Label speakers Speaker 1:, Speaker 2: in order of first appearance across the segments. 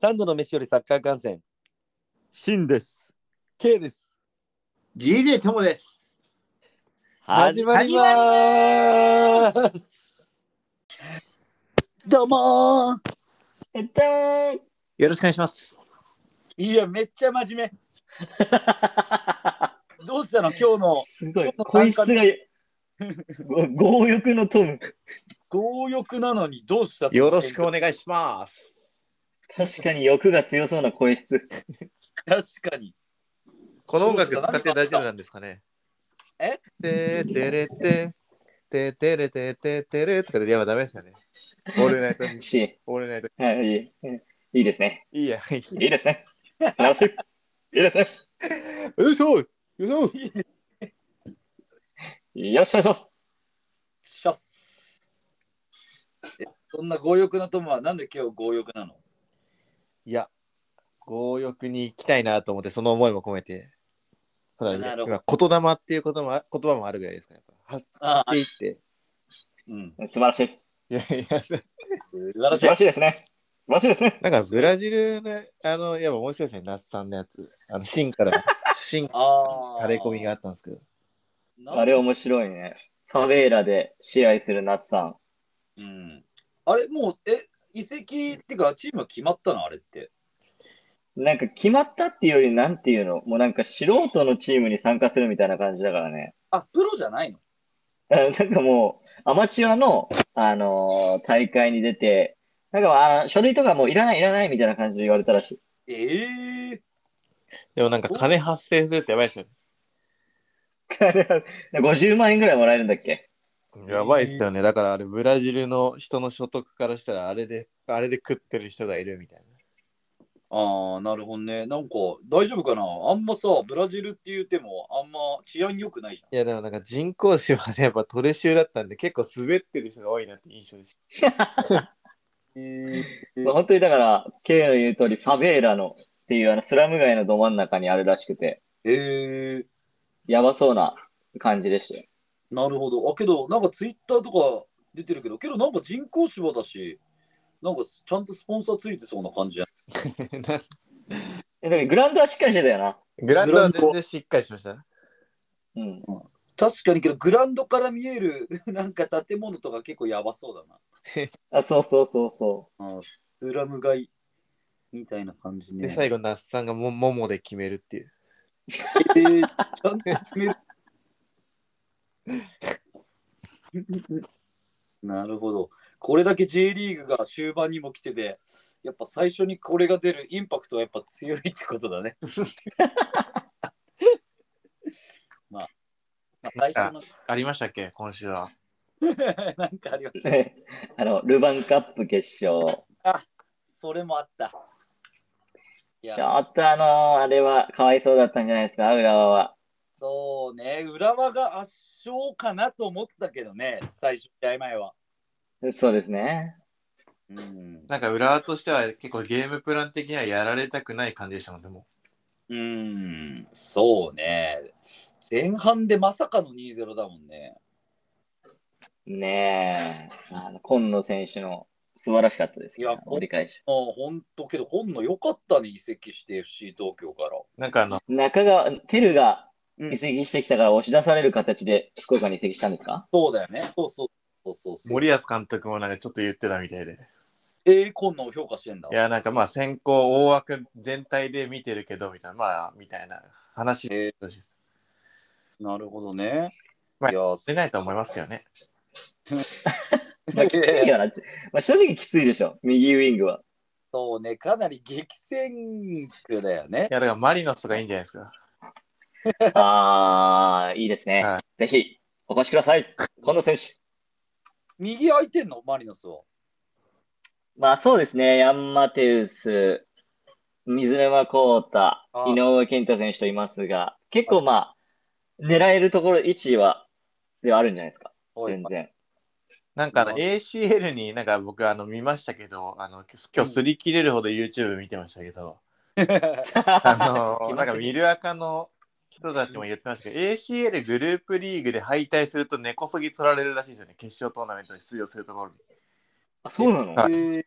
Speaker 1: 三度の飯よりサッカー観戦
Speaker 2: シンです。
Speaker 1: K です。
Speaker 3: GJ ともです。
Speaker 1: 始まりまーす。
Speaker 3: どうもよろしくお願いします。
Speaker 4: いや、めっちゃ真 面目。どうしたの今日の
Speaker 5: すごい、
Speaker 4: ちょっと単
Speaker 5: 声質
Speaker 4: 価
Speaker 5: が
Speaker 4: で、
Speaker 5: ご 強欲のトーン。
Speaker 4: 強欲なのにどうした
Speaker 3: よろしくお
Speaker 4: ね。
Speaker 3: 願いします。
Speaker 5: 確かに欲が強そうな声質。
Speaker 4: 確かに。
Speaker 3: この音楽使って大丈夫なんですかね
Speaker 4: え
Speaker 3: てーてれて、てーてれててーてれとかでやばダメですよね。オールナイト、
Speaker 5: し、
Speaker 3: オールナイト。
Speaker 5: はい、いいいいですね。
Speaker 3: いいや。よい
Speaker 5: いいですね。直し。いいですね。
Speaker 3: しょよいしょ
Speaker 5: よろしくお願いします。
Speaker 4: しゃっす。えそんな強欲な友はなんで今日強欲なの
Speaker 3: いや、強欲に行きたいなと思って、その思いも込めて。ほら、
Speaker 4: なるほ
Speaker 3: 今言霊っていう言葉もあ言葉もあるぐらいですから、やっぱ発し
Speaker 4: ああ、
Speaker 3: ていって。
Speaker 4: うん。
Speaker 5: 素晴らしい。
Speaker 3: いやいや、
Speaker 4: 素晴ら
Speaker 5: 素
Speaker 4: しい。
Speaker 5: 晴らしいですね。素晴らしいですね。
Speaker 3: なんかブラジルの、あの、やっぱ面白いですね、那須さんのやつ。あの、芯から、芯か
Speaker 4: あ
Speaker 3: ら
Speaker 4: あ。
Speaker 3: 垂れ込みがあったんですけど。
Speaker 4: な
Speaker 5: あれ面白いね。ファベーラで試合するナツさん。
Speaker 4: うん。あれ、もう、え、移籍ってか、チームは決まったのあれって。
Speaker 5: なんか決まったっていうより、なんていうのもうなんか素人のチームに参加するみたいな感じだからね。
Speaker 4: あ、プロじゃないの
Speaker 5: あのなんかもう、アマチュアの、あのー大会に出て、なんかあの書類とかもういらない、いらないみたいな感じで言われたらしい。
Speaker 4: ええ
Speaker 3: でもなんか金発生するってやばいですよね。
Speaker 5: 50万円ぐらい もらえるんだっけ
Speaker 3: やばいですよね。だからあれ、ブラジルの人の所得からしたら、あれで、あれで食ってる人がいるみたいな。
Speaker 4: ああ、なるほどね。なんか、大丈夫かなあんまさ、ブラジルって言っても、あんま治安良くないじゃん。
Speaker 3: いや、でもなんか人口誌はね、やっぱトレ州だったんで、結構滑ってる人が多いなって印象 でし
Speaker 5: まあ本当にだから、K の言う通り、ファベーラのっていうあのスラム街のど真ん中にあるらしくて、
Speaker 4: ええ
Speaker 5: やばそうな感じでしたよ。
Speaker 4: なるほど。あ、けど、なんかツイッターとか出てるけど、けどなんか人工芝だし、なんかちゃんとスポンサーついてそうな感じじゃん。
Speaker 3: た。
Speaker 5: えだからグラウンドはしっかりしてたよな。
Speaker 3: グラウンドは全然しっかりしました。
Speaker 5: うん。
Speaker 4: 確かにけど、グラウンドから見える なんか建物とか結構やばそうだ
Speaker 5: あ、そうそうそうそ
Speaker 4: な。あースラム街みたいな感じ
Speaker 3: で、
Speaker 4: ね。
Speaker 3: 最後、那須さんがもももで決めるっていう。
Speaker 4: えーちゃんと決める。 なるほど。これだけ J リーグが終盤にも来てて、やっぱ最初にこれが出るインパクトはやっぱ強いってことだね。 まあ、まあ、最初の
Speaker 3: ありましたっけ今週は。
Speaker 4: なんかありまし
Speaker 5: う。あの、ルヴァンカップ決勝。
Speaker 4: それもあった。い
Speaker 5: ち
Speaker 4: や、
Speaker 5: ょっとあのーあれはかわいそうだったんじゃないですか、浦和は。
Speaker 4: そうね、浦和が圧勝かなと思ったけどね、最初試合前は。
Speaker 5: そうですね。
Speaker 4: うん。
Speaker 3: なんか浦和としては結構ゲームプラン的にはやられたくない感じでしたもんね、も
Speaker 4: うーん、そうね。前半でまさかの2-0だもんね。
Speaker 5: ねえ、あの今野選手の素晴らしかったです、
Speaker 4: いや
Speaker 5: 折り返し。
Speaker 4: ああ、ほんと、けど、本の良かったね、移籍して FC 東京から。
Speaker 3: う。なんかあの、
Speaker 5: 中川、テルが
Speaker 4: うん
Speaker 5: 移籍してきたから押し出される形で福岡に移籍したんですか、
Speaker 4: そうだよね。そうそうそうそうそう。
Speaker 3: 森保監督もなんかちょっと言ってたみたいで。
Speaker 4: えー、今野を評価してんだ
Speaker 3: い。や、なんかまあ先行、大枠全体で見てるけど、みたいな、まあ、みたいな話
Speaker 4: え
Speaker 3: です。
Speaker 4: ーなるほどね。
Speaker 3: まあ
Speaker 4: いやー、
Speaker 3: 出ないと思いますけどね。
Speaker 5: まあ、きついよな。まあ、正直きついでしょ、右ウィングは。
Speaker 4: そうね、かなり激戦区だよね
Speaker 3: い。や、だからマリノスとかいいんじゃないですか。
Speaker 5: あー、いいですね。
Speaker 3: は
Speaker 5: ぜひ、お越しください、今野選手。
Speaker 4: 右空いてんのマリノスは。
Speaker 5: まあそうですね、ヤンマテウス、水沼宏太
Speaker 4: あ、
Speaker 5: 井上健太選手といますが、結構まあ、狙えるところ、位置は、ではあるんじゃないですか、
Speaker 4: おい
Speaker 5: 全然。
Speaker 3: なんかあの
Speaker 4: うん
Speaker 3: ACL になんか僕あの見ましたけど、あの今日すり切れ るほど YouTube 見てましたけど、あのなんかミルアカの人たちも言ってましたけど、ACL グループリーグで敗退すると根こそぎ取られるらしいですよね、決勝トーナメントに出場するところに。だ
Speaker 5: あ、そうなの
Speaker 3: はい
Speaker 4: え
Speaker 3: か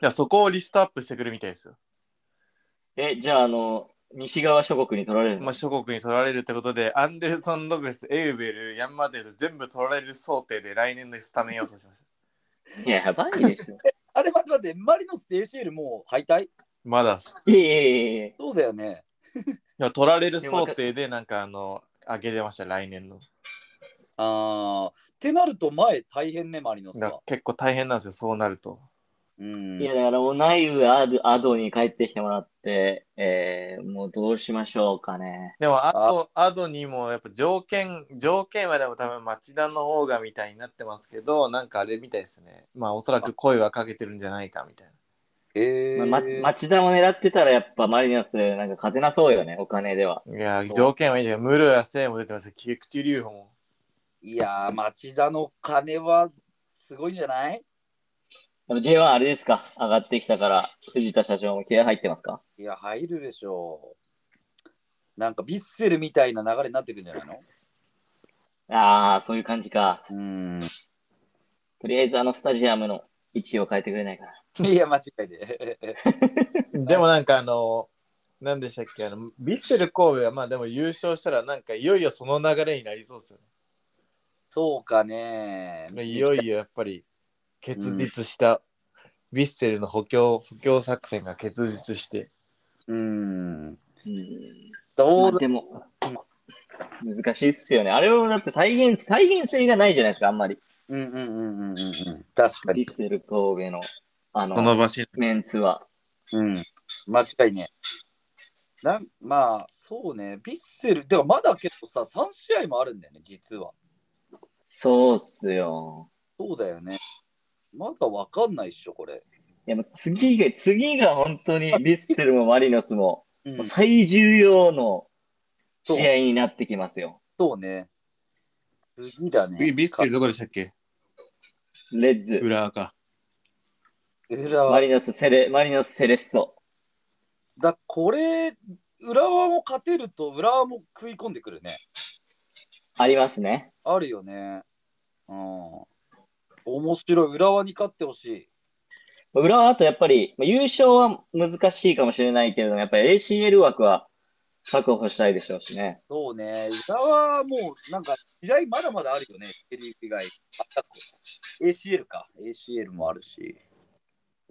Speaker 3: らそこをリストアップしてくるみたいですよ。
Speaker 5: え、じゃあ、あの、西側諸国に取られるの
Speaker 3: まあ、諸国に取られるってことで、アンデルソン・ロペス、エウベル、ヤンマーテンス、全部取られる想定で来年のスタメン予想しました。
Speaker 5: いややばいでしょ。
Speaker 4: あれ待って待って、マリノスって ACL もう敗退
Speaker 3: まだっす
Speaker 5: いやいやいやいや
Speaker 4: そうだよね。
Speaker 3: いや取られる想定で、なんかあの、上げてました、来年の。
Speaker 4: あーってなると前大変ね、マリノス
Speaker 3: だか
Speaker 4: は
Speaker 3: ら。結構大変なんですよ、そうなると。
Speaker 4: うん
Speaker 5: いや、だから、オナイウアド、アドに帰ってきてもらって、えー、もうどうしましょうかね。
Speaker 3: でも、あと、アドにも、やっぱ条件、条件はでも多分町田の方がみたいになってますけど、なんかあれみたいですね。まあ、おそらく声はかけてるんじゃないかみたいな。
Speaker 4: えー
Speaker 5: まあ、ま町田を狙ってたら、やっぱマリノス、なんか勝てなそうよね、お金では。
Speaker 3: いやー、
Speaker 4: そう
Speaker 3: 条件はいいけど、ムロやセイも出てますよ、菊池隆穂も。
Speaker 4: いやー、町田の金はすごいんじゃない
Speaker 5: でも J1 あれですか、上がってきたから、藤田社長も気合入ってますか
Speaker 4: いや、入るでしょう。なんかビッセルみたいな流れになってくるんじゃないの
Speaker 5: ああ、そういう感じか。
Speaker 4: うん。
Speaker 5: とりあえず、あのスタジアムの位置を変えてくれないかな。
Speaker 4: いや、間違いで。
Speaker 3: でもなんかあの、何でしたっけ、あの、ビッセル神戸が、まあでも優勝したら、なんかいよいよその流れになりそうですよ
Speaker 4: そうかね。
Speaker 3: ね。いよいよやっぱり、結実した、ヴィッセルの補強、補強作戦が結実して。
Speaker 4: うん。
Speaker 5: うん
Speaker 4: どう
Speaker 5: まあ、
Speaker 4: だ
Speaker 5: でも、難しいっすよね。あれをだって再現、再現性がないじゃないですか、あんまり。
Speaker 4: うんうんうんうんうんうん。確か
Speaker 5: ヴィ
Speaker 4: に。
Speaker 5: ッセル神戸の、あの、
Speaker 3: 場所
Speaker 5: メンツは。
Speaker 4: うん。間違いね。なんまあ、そうね。ビッセル、でもまだ結構さ、3試合もあるんだよね、実は。
Speaker 5: そうっすよ。
Speaker 4: そうだよね。まだわかんないっしょ、これ。
Speaker 5: いや、もう次が、次が本当にヴィッセルもマリノスも、
Speaker 4: うん
Speaker 5: もう最重要の
Speaker 4: そう
Speaker 5: 試合になってきますよ。
Speaker 4: そうね。次だね。
Speaker 3: ビッセルどこでしたっけ
Speaker 5: レッズ、
Speaker 3: 裏 か。
Speaker 4: 浦
Speaker 5: マ
Speaker 4: 和。
Speaker 5: リノス、セレ、マリノス、セレッソ。
Speaker 4: だこれ、浦和も勝てると、浦和も食い込んでくるね。
Speaker 5: ありますね。
Speaker 4: あるよね。うん。面白い。浦和に勝ってほしい。
Speaker 5: 浦和あとやっぱり、まあ優勝は難しいかもしれないけれども、やっぱり ACL 枠は確保したいでしょうしね。
Speaker 4: そうね。浦和はもう、なんか、試合まだまだあるよね。セリーグ以外。あったっけ ACL か。ACL もあるし。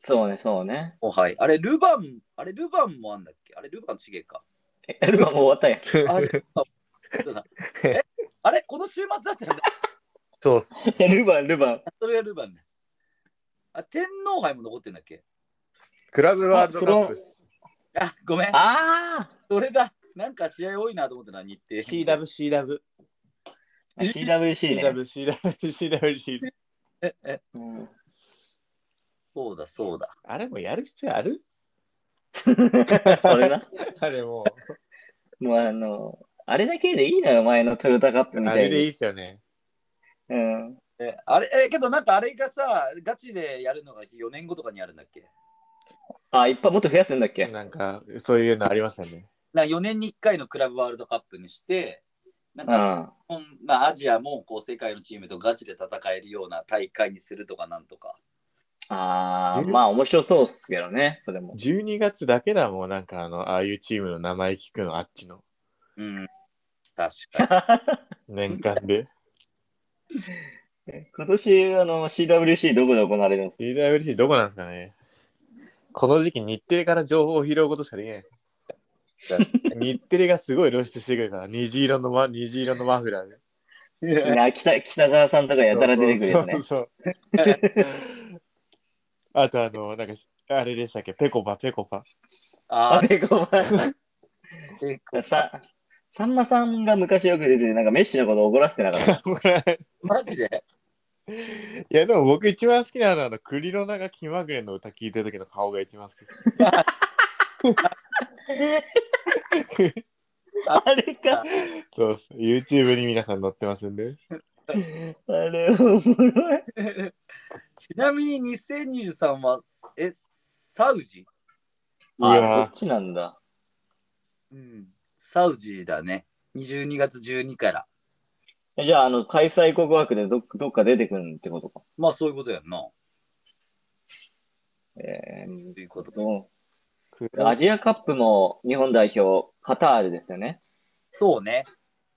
Speaker 5: そうね、そうね。
Speaker 4: おはい。あれ、ルヴァン、あれ、ルヴァンもあんだっけあれ、ルヴァンちげえか。
Speaker 5: えルヴァもう終わ ったやん。
Speaker 4: あれ、そうだえあれこの週末だったんだ。
Speaker 3: そうっす。
Speaker 5: えルヴァン、ルヴァン。
Speaker 4: それがルヴァンね。あ、天皇杯も残ってんだっけ
Speaker 3: クラブワールドカップっす。
Speaker 4: あ、ご めん。
Speaker 5: あ
Speaker 4: それだ。なんか試合多いなと思ってな、日程。
Speaker 3: CW、CW、
Speaker 5: あ !CWC ね。
Speaker 3: CW、CW、CW。
Speaker 4: ええ
Speaker 5: うん
Speaker 4: そうだ、そうだ。
Speaker 3: あれもやる必要ある
Speaker 5: それな。
Speaker 3: あれも
Speaker 5: もうあの、あれだけでいいのよ、前のトヨタカップ
Speaker 3: う、
Speaker 5: み
Speaker 3: あ
Speaker 5: た
Speaker 3: れ
Speaker 5: い
Speaker 3: でい
Speaker 5: に。
Speaker 3: いっすよね。
Speaker 5: うん。
Speaker 4: え、あれ、え、けどなんかあれがさ、ガチでやるのが4年後とかにあるんだっけ
Speaker 5: あ、いっぱいもっと増やすんだっけ
Speaker 3: なんか、そういうのありますよね。
Speaker 4: な4年に1回のクラブワールドカップにして、なん
Speaker 5: う
Speaker 4: か
Speaker 5: ん。
Speaker 4: 日本、まあ、アジアもこう世界のチームとガチで戦えるような大会にするとかなんとか。
Speaker 5: あーまあ面白そうっすけどね、それも。
Speaker 3: 12月だけだもん、なんかあの、ああいうチームの名前聞くの、あっちの。
Speaker 4: うん。確か に。
Speaker 3: 年間で。
Speaker 5: 今年、あの、CWC どこで行われるんです
Speaker 3: CWC どこなんですかねこの時期、日テレから情報を拾うことしかできない。 日テレがすごい露出してくるから、虹色のマ虹色のマフラーで。
Speaker 5: かな北北沢さんとかやたら出てくるよね
Speaker 3: そう。そうそう そうあとあの、なんか、あれでしたっけ、ペコパ、ペコパ。
Speaker 4: あ
Speaker 5: あれ、ご
Speaker 4: ーでこ
Speaker 5: めん。さ、さんまさんが昔よく出てて、なんかメッシのこと怒らせてな かった。
Speaker 4: マジで
Speaker 3: いやでも僕一番好きなのはあの栗の長気まぐれの歌聞いてる時の顔が一番好きです。
Speaker 5: あれか。
Speaker 3: そうです。YouTube に皆さん載ってますん で。
Speaker 5: あれ、おもろい。
Speaker 4: ちなみに2023は、え、サウジ
Speaker 3: いや
Speaker 5: あ、
Speaker 3: ー
Speaker 5: そっちなんだ。
Speaker 4: うん。サウジだね。 22月12から。
Speaker 5: えじゃあ、あの、開催国枠でどっどっか出てくるってことか。
Speaker 4: まあそういうことやんな。と
Speaker 5: えー
Speaker 4: いうことで。
Speaker 5: ど
Speaker 3: く
Speaker 5: うアジアカップも日本代表、カタールですよね。
Speaker 4: そうね。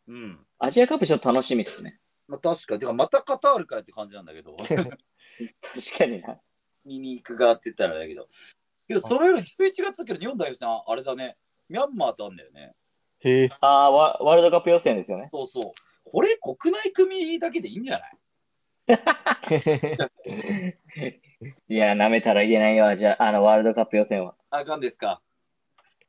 Speaker 4: うん。
Speaker 5: アジアカップちょっと楽しみですね。
Speaker 4: まあ確か。てかまたカタールかよって感じなんだけど。
Speaker 5: 確かにな。
Speaker 4: 見に行くがって言ったらあれだけど。けどそれより11月だけど日本代表戦ああれだね。ミャンマーとあんだよね。
Speaker 3: へえ。
Speaker 5: ああ、ワワールドカップ予選ですよね。
Speaker 4: そうそう。これ国内組だけでいいんじゃない
Speaker 5: いや、舐めたらいけないよ、アジア、あの、ワールドカップ予選は。
Speaker 4: あかんですか。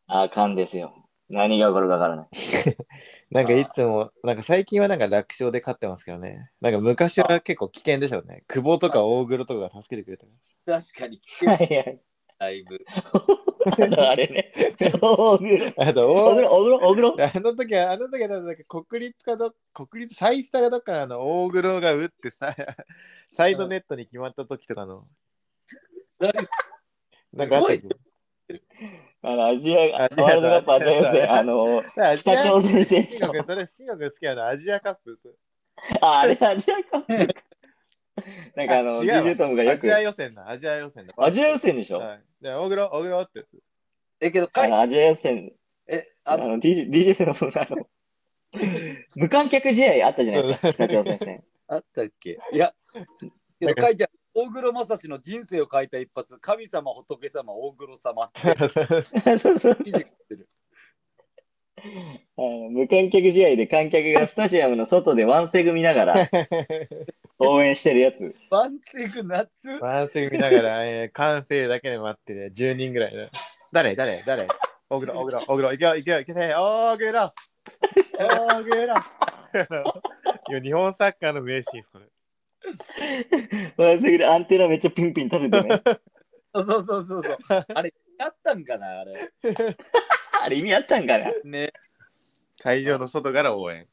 Speaker 5: あかんですよ。何が起こるかわからない。
Speaker 3: なんかいつも、なんか最近はなんか楽勝で勝ってますけどね。なんか昔は結構危険でしたよね。久保とか大黒とかが助けてくれたか
Speaker 4: 確かに。
Speaker 5: はいはい。
Speaker 4: だいぶ。
Speaker 5: あれね。おぐろ、
Speaker 3: ら。あと、
Speaker 5: お
Speaker 3: 大
Speaker 5: ぐろ、おぐろ、おぐ ろ。
Speaker 3: あの時は、あの時はなんか国立かど、国立、サイスタがどっかの大黒が打ってさ、 サイドネットに決まった時とかの、
Speaker 4: だいぶ
Speaker 3: なんかあった時
Speaker 5: あの、アジア、
Speaker 3: あ
Speaker 5: ワ
Speaker 3: りがとう
Speaker 5: ールドカップアジア予選、あの、
Speaker 3: アジ
Speaker 5: 北
Speaker 3: ア
Speaker 5: 朝鮮選手
Speaker 3: 新国、それ新国好きやな、アジアカップ。
Speaker 5: あ、あれ、アジアカッ プか。なんかあの、
Speaker 3: あ
Speaker 5: ビ
Speaker 3: 違うわ
Speaker 5: デトムが
Speaker 3: ア
Speaker 5: よ
Speaker 3: ジ
Speaker 5: く、
Speaker 3: ア予選だ、アジア予選だ。
Speaker 5: アジア予選でしょ
Speaker 3: はい。で、大黒、大黒ってやつ。
Speaker 4: え、けど、か
Speaker 5: あ
Speaker 4: い
Speaker 5: のアジア予選、
Speaker 4: え、
Speaker 5: あ
Speaker 4: あの、
Speaker 5: の、DJ DJ の、あ の、無観客試合あったじゃないですか、北朝鮮戦。
Speaker 4: あったっけいや、け
Speaker 3: なん
Speaker 4: ど、
Speaker 3: か
Speaker 4: かいちゃん、大黒正史の人生を変えた一発、神様、仏様、大黒様って、
Speaker 5: そうそう
Speaker 4: 記事が出てる
Speaker 5: あの無観客試合で観客がスタジアムの外でワンセグ見な がら 応援してるやつ。
Speaker 4: 万世具夏
Speaker 3: ワンセグ見ながら、えー、完成だけで待ってね、10人ぐらいの。誰誰誰大黒、大黒、大黒、いけよ、いけよ、いけよ、大黒大黒いや、日本サッカーの名シーンです、これ。
Speaker 5: ワンセグでアンテナめっちゃピンピン立ててね。
Speaker 4: そうそうそうそうそう。あれ、あったんかなあれ。
Speaker 5: あれ意味あったんかな
Speaker 4: ね。
Speaker 3: 会場の外から応援。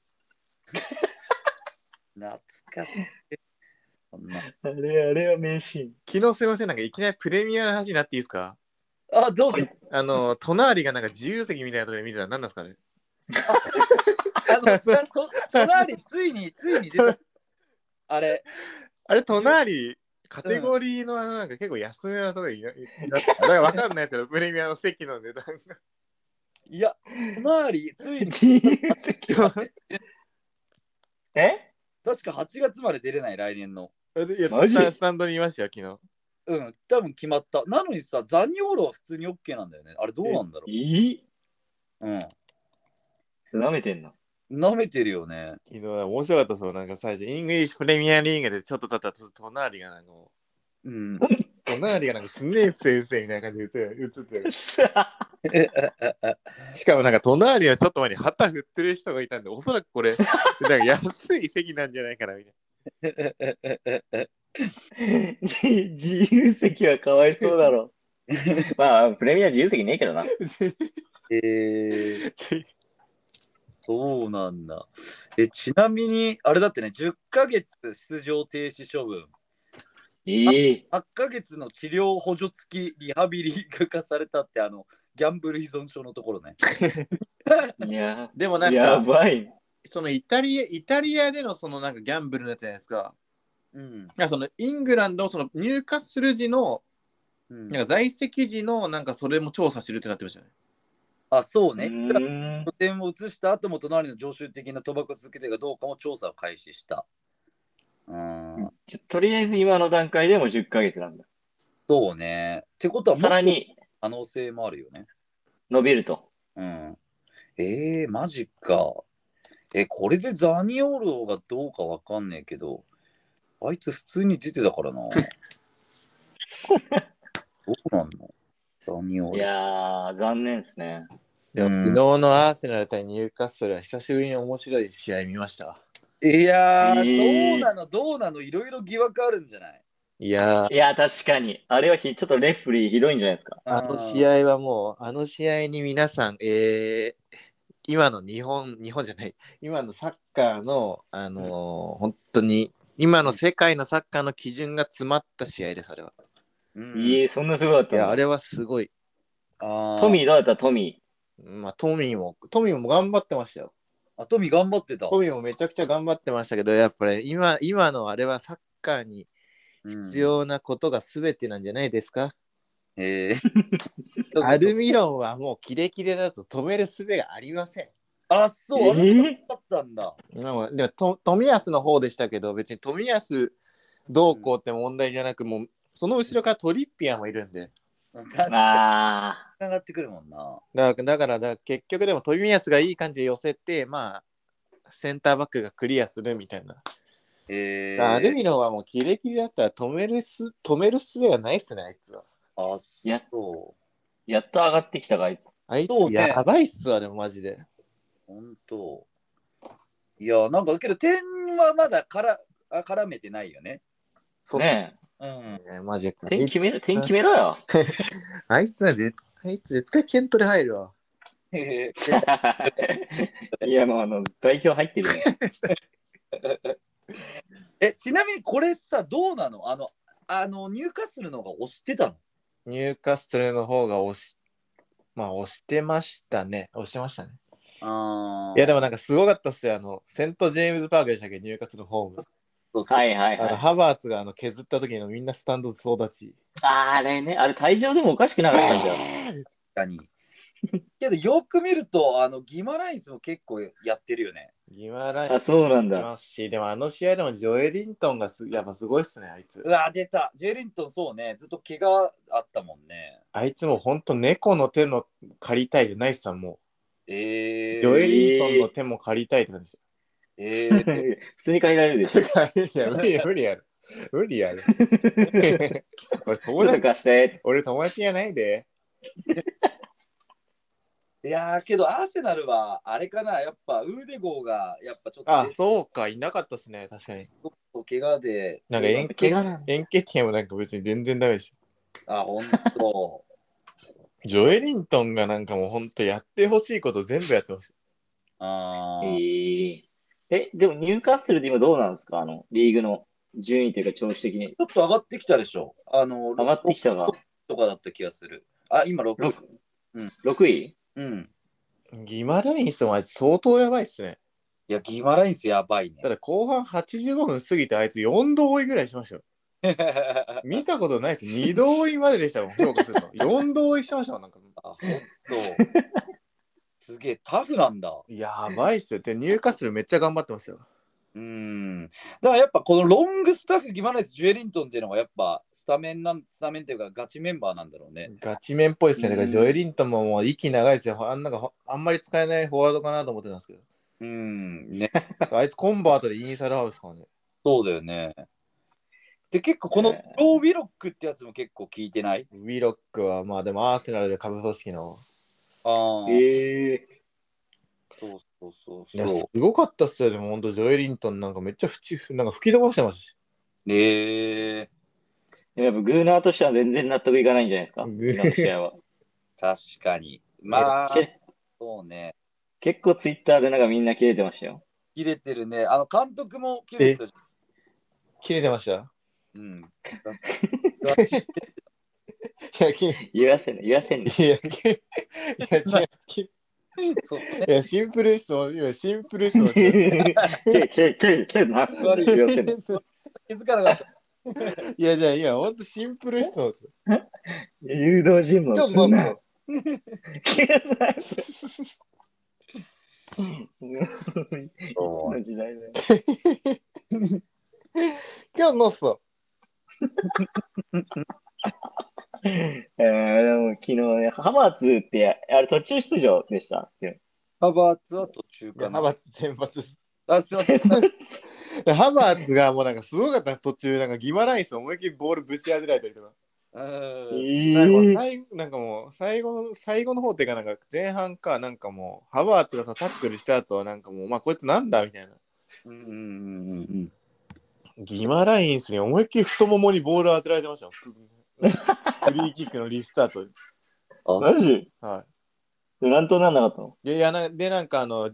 Speaker 4: 懐かしい。そんな。
Speaker 5: あれ、あれは名シーン。
Speaker 3: 昨日すいません、なんかいきなりプレミアの話になっていいですか
Speaker 4: あ、どうぞ。
Speaker 3: あの、隣がなんか自由席みたいなところで見てたら何なんですかね
Speaker 4: あの、ちゃんと、隣、ついに、ついに出た。あれ、
Speaker 3: あれ、隣、カテゴリーのあのなんか結構安めなところにいなだからわかんないですけど、プレミアの席の値段が。
Speaker 4: いや、隣、ついに、
Speaker 5: え
Speaker 4: 確か8月まで出れない、来年の。
Speaker 3: いや
Speaker 5: マジ
Speaker 3: スタスタンドにいましたよ、昨日。
Speaker 4: うん、多分決まった。なのにさ、ザニオーロは普通に OK なんだよね。あれ、どうなんだろ。
Speaker 5: いいう
Speaker 4: うん。
Speaker 5: 舐めてんの
Speaker 4: 舐めてるよね。
Speaker 3: 昨日面白かったそう、なんか最初、イングリッシュプレミアリーグでちょっと経ったら、隣がなんかも
Speaker 4: うん。
Speaker 3: う、隣がなんかスネープ先生みたいな感じで映って映ってる。しかもなんか隣はちょっと前に旗振ってる人がいたんで、おそらくこれ、なんか安い席なんじゃないかなみたい
Speaker 5: 自由席はかわいそう だろ。まあ、プレミア自由席ねえけどな。
Speaker 4: えー、
Speaker 3: な。
Speaker 4: そうなんだ。え、ちなみに、あれだってね、10ヶ月出場停止処分、
Speaker 5: いい。
Speaker 4: 8ヶ月の治療補助付きリハビリが課されたって、あの、ギャンブル依存症のところね。
Speaker 5: いや、
Speaker 3: でもなん
Speaker 5: や
Speaker 3: か、
Speaker 5: ばい。
Speaker 3: そのイタリア、イタリアでのそのなんかギャンブルのやつじゃないですか。
Speaker 4: うん。
Speaker 3: なんかそのイングランド、その入荷する時の、
Speaker 4: うん
Speaker 3: なんか在籍時の、なんかそれも調査してるってなってましたね。
Speaker 4: あ、そう
Speaker 5: う
Speaker 4: ね。
Speaker 5: ーん
Speaker 4: 拠点を移した後も隣の常習的な賭博続けてがどうかも調査を開始した。うーん、
Speaker 5: ちょとりあえず今の段階でも10ヶ月なんだ。
Speaker 4: そうね。ってことは、
Speaker 5: さら
Speaker 4: 可
Speaker 5: に
Speaker 4: 能性もあるよね。
Speaker 5: 伸びると。
Speaker 4: うん。えー、マジか。え、これでザニオロがどうかわかんねえけど、あいつ普通に出てた からな。どうなんのザニオ
Speaker 5: い
Speaker 4: ロ。
Speaker 5: やー、残念ですね。
Speaker 3: で
Speaker 4: うん
Speaker 3: も昨日のアーセナル対ニューカッスルは久しぶりに面白い試合見ましたわ。
Speaker 4: いやー、
Speaker 5: えー
Speaker 4: どうなのどうなのいろいろ疑惑あるんじゃない
Speaker 3: いやー、
Speaker 5: いやー、確かに。あれはひちょっとレフリーひどいんじゃないですか。
Speaker 3: あの試合はもう、あの試合に皆さん、えー、今の日本、日本じゃない、今のサッカーの、あのー本当に、今の世界のサッカーの基準が詰まった試合です、あれは。
Speaker 4: うん
Speaker 5: いいえ、そんなすごかっ
Speaker 3: い
Speaker 5: た
Speaker 3: や、あ
Speaker 5: の。
Speaker 3: れはすごい。
Speaker 4: あー
Speaker 5: トミーどうだったトミ
Speaker 3: まあ、トミーも、トミーも頑張ってましたよ。
Speaker 4: あ、トミー頑張ってた。
Speaker 3: コミもめちゃくちゃ頑張ってましたけど、やっぱり今今のあれはサッカーに必要なことが全てなんじゃないですか、
Speaker 4: うん。 えー、
Speaker 3: アルミロンはもうキレキレだと止める術がありません。
Speaker 4: あ、そう、あれだったんだ。
Speaker 3: 今はでもと冨安の方でしたけど、別に冨安どうこうって問題じゃなく、もうその後ろからトリッピアンもいるんで。
Speaker 4: 確かに
Speaker 5: あ
Speaker 4: 上がってくるもんな。
Speaker 3: だからだからだから結局でも冨安がいい感じで寄せて、まあ、センターバックがクリアするみたいな。
Speaker 4: えー、
Speaker 3: アルミロンはもうキレキレだったら止めるす止める術がないっすね、あいつは。
Speaker 4: あ、
Speaker 5: いや
Speaker 4: そう。
Speaker 5: ー、やっと上がってきたが、
Speaker 3: あいつ
Speaker 4: そうね
Speaker 3: やばいっすわ、でもマジで。
Speaker 4: 本当。いや、なんか、けど、点はまだからあ絡めてないよね。
Speaker 3: そう
Speaker 5: ね
Speaker 4: うん。
Speaker 3: ねマジで
Speaker 5: え、点決める、点決めろよ。
Speaker 3: あいつは絶あいつ絶対ケントで入るわ。
Speaker 4: えー
Speaker 5: いや、もうあの、代表入って るね。
Speaker 4: え、ちなみに、これさ、どうなのあの、あの、入荷するのが押してたの
Speaker 3: 入荷するの方が押し、まあ押してましたね。押してましたね。
Speaker 4: あ
Speaker 3: いやでもなんかすごかったっすよ。あの、セント・ジェームズ・パークでしたっけ、入荷するホーム。
Speaker 4: も、そう
Speaker 5: はいはい
Speaker 3: あの、
Speaker 5: はい。
Speaker 3: ハバーツがあの削った時のみんなスタンド総立ち。
Speaker 5: あれね、あれ退場でもおかしくなかったんだよ。
Speaker 4: 確かに。けど、よく見ると、あの、ギマライスも結構やってるよね。
Speaker 3: ギマライン
Speaker 5: あ、そうなん
Speaker 3: い
Speaker 5: だ。
Speaker 3: ますし、でもあの試合でもジョエリントンがすやっぱすごいっすね、あいつ
Speaker 4: う。わ、出た。ジェリントン、そうね。ずっと怪我あったもんね。
Speaker 3: あいつもほんと猫の手の借りたいでないっすわ、もう。
Speaker 4: え
Speaker 3: ジョ
Speaker 4: ー、
Speaker 3: エリントンの手も借りたいって感じ。
Speaker 4: えー、
Speaker 5: 普通に変えられるでしょ。
Speaker 3: いや、無理や、無理やる。無理やる。 俺友
Speaker 5: どう
Speaker 3: 達、
Speaker 5: かして。
Speaker 3: 俺友達じゃないで。
Speaker 4: いやーけどアーセナルはあれかなやっぱウーデゴーがやっぱちょっと
Speaker 3: あ
Speaker 4: ね、
Speaker 3: そうか、いなかったっすね、確かに。
Speaker 4: 怪我で
Speaker 3: なんか遠距
Speaker 5: 怪
Speaker 3: 離
Speaker 5: 我なんだ。
Speaker 3: 遠景ティアもなんか別に全然ダメでし
Speaker 4: あ本当
Speaker 3: たジョエリントンがなんかもうほんとやってほしいこと全部やってほしい。
Speaker 4: あ
Speaker 5: え
Speaker 4: ー
Speaker 5: ーえ、でもニューカッスルで今どうなんですかあの、リーグの順位というか調子的
Speaker 4: ち。
Speaker 5: に
Speaker 4: ょっと上がってきたでしょあの
Speaker 5: 上がってきたが、
Speaker 4: 6とかだった気がするあ今6
Speaker 5: 6,
Speaker 4: うん
Speaker 5: 6位
Speaker 4: うん
Speaker 3: ギマラインスもあいつ相当やばいっすね。
Speaker 4: いやギマラインスやばいね
Speaker 3: ただ後半85分過ぎてあいつ4度追いぐらいしましたよ。 見たことないです。2度追いまででしたもん、評価す ると。4度追いしてましたもん、なんか。
Speaker 4: あ本当すげえタフなんだ
Speaker 3: やばいっすよ。で、ニューカッスルめっちゃ頑張ってましたよ。
Speaker 4: うんだからやっぱこのロングスタッフギマラインスジュエリントンっていうのがやっぱスタメンなんスタメンっていうかガチメンバーなんだろうね
Speaker 3: ガチメンっぽいっすね。だから
Speaker 4: うん
Speaker 3: ジョエリントンももう息長いですよ。あんなんかほあんまり使えないフォワードかなと思ってたんですけど。
Speaker 4: うんね
Speaker 3: あいつコンバートでインサイドハウスからね。
Speaker 4: そうだよね。で、結構この
Speaker 5: ね
Speaker 4: ロー・ウィロックってやつも結構聞いてない
Speaker 3: ウィロックはまあでもアーセナルで株組織の。
Speaker 4: ああ、
Speaker 5: ええ
Speaker 4: そうそうそう
Speaker 3: いや、
Speaker 4: そ
Speaker 3: す
Speaker 4: う。
Speaker 3: ごかったっすよ。でも本当ジョエリントンなんかめっちゃ吹きなんか吹き飛ばしてましたし。
Speaker 4: ええ
Speaker 5: でもやっぱグーナーとしては全然納得いかないんじゃないですか
Speaker 3: グー
Speaker 5: 今の試合は。
Speaker 4: 確かに。まあ、
Speaker 5: け
Speaker 4: そうね。
Speaker 5: 結構ツイッターでなんかみんな切れてましたよ。
Speaker 4: 切れてるね。あの、監督も切れてたじ
Speaker 3: 切れてました
Speaker 4: ゃん。 うん。
Speaker 3: いや、切れ
Speaker 5: 言わせんの、言わせん の。
Speaker 3: いや、切れいや、切れ切
Speaker 4: そうね。
Speaker 3: れいや、シンプル質問、今シンプル質問し
Speaker 5: け
Speaker 3: た。
Speaker 5: いけいけいけな。
Speaker 4: 悪
Speaker 5: 言わせんの。
Speaker 4: 気づかなかった。
Speaker 3: いや、じゃあ今本当シンプル質問です。
Speaker 5: 誘導尋問
Speaker 3: 今
Speaker 5: す
Speaker 3: 日ま
Speaker 5: るな
Speaker 3: ず。
Speaker 5: そうの時代だよ
Speaker 3: 今日のっすよ
Speaker 5: えー、でも昨日ね、ハマーツって、あれ途中出場でした。
Speaker 4: ハバーツは途中
Speaker 3: いや
Speaker 4: か
Speaker 3: ハ
Speaker 4: な。
Speaker 3: バーツ先発です。
Speaker 4: あ、すいません。
Speaker 3: ハバーツがもうなんかすごかった途中なんかギマライス思いっきりボールぶち当てられたりとか。
Speaker 5: え
Speaker 4: うん。
Speaker 3: なんかもう最なんかも
Speaker 5: ー、
Speaker 3: う最後の最後の方っていうかなんか前半かなんかもうハバーツがさタックルした後はなんかもうまあこいつなんだみたいな。
Speaker 4: うんうんうんうん。
Speaker 3: ギマラインスに思いっきり太ももにボール当てられてました よ。フリーキックのリスタートで。
Speaker 4: あ、
Speaker 5: マジ
Speaker 3: は
Speaker 5: なんとなんなかったの
Speaker 3: い、でいやなでなんかあの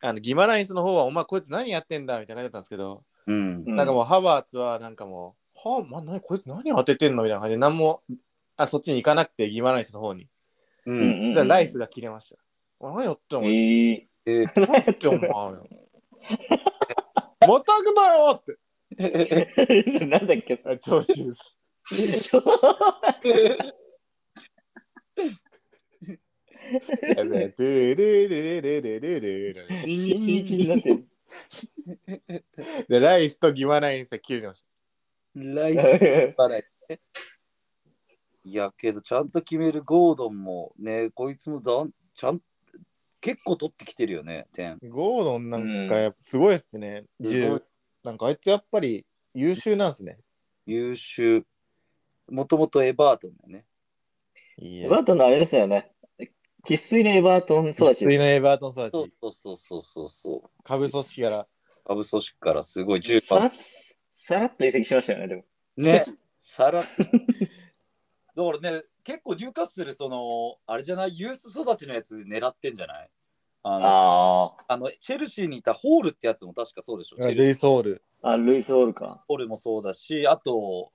Speaker 3: あのギマラインスの方は「お前こいつ何やってんだ」みたいな感じだったんですけど、
Speaker 4: うん。
Speaker 5: う
Speaker 3: なんかもうハバーツはなんかもう「はあ、まあ、何こいつ何当ててんの?」みたいな感じで何もあそっちに行かなくてギマラインスの方に。
Speaker 4: う。
Speaker 5: うんんうん
Speaker 3: じゃあライスが切れました。お前何やってんの、
Speaker 5: えー、
Speaker 4: え
Speaker 3: って思わん よ。またぐなよって。
Speaker 4: ー
Speaker 5: なん だっけ
Speaker 3: あ調子です。
Speaker 5: そう
Speaker 3: やべえ、でででででででで
Speaker 5: 新日になってる。
Speaker 3: で、ライスとギマラインさ、切れてまし
Speaker 4: ライス払い。いやけどちゃんと決めるゴードンもねこいつもだんちゃん結構取ってきてるよね点。
Speaker 3: た。ゴードンなんかやっぱすごいっすね。
Speaker 4: すごい
Speaker 3: 10なんかあいつやっぱり優秀なんすね。
Speaker 4: 優秀。もともとエバートンだよね。
Speaker 3: い
Speaker 5: エバートンのあれですよね。生粋のエバートン育ち
Speaker 3: 普
Speaker 5: で
Speaker 3: 通
Speaker 5: す。
Speaker 3: のエバートン育
Speaker 4: そう
Speaker 3: ち。
Speaker 4: そうそうそうそうそ
Speaker 3: 下部組織から。
Speaker 4: う。アブ組織からすごい10
Speaker 5: さら
Speaker 4: 番。
Speaker 5: っさらっと移籍しましたよね、でも。
Speaker 4: ね。さらっと だからね、結構入荷するその、あれじゃない、ユース育ちのやつ狙ってんじゃないあの
Speaker 5: あ
Speaker 4: あのチェルシーにいたホールってやつも確かそうでしょ。チェルシー
Speaker 3: ルイソール。
Speaker 5: あ。あ、ルイス・オールか。
Speaker 4: ホールもそうだし、あと、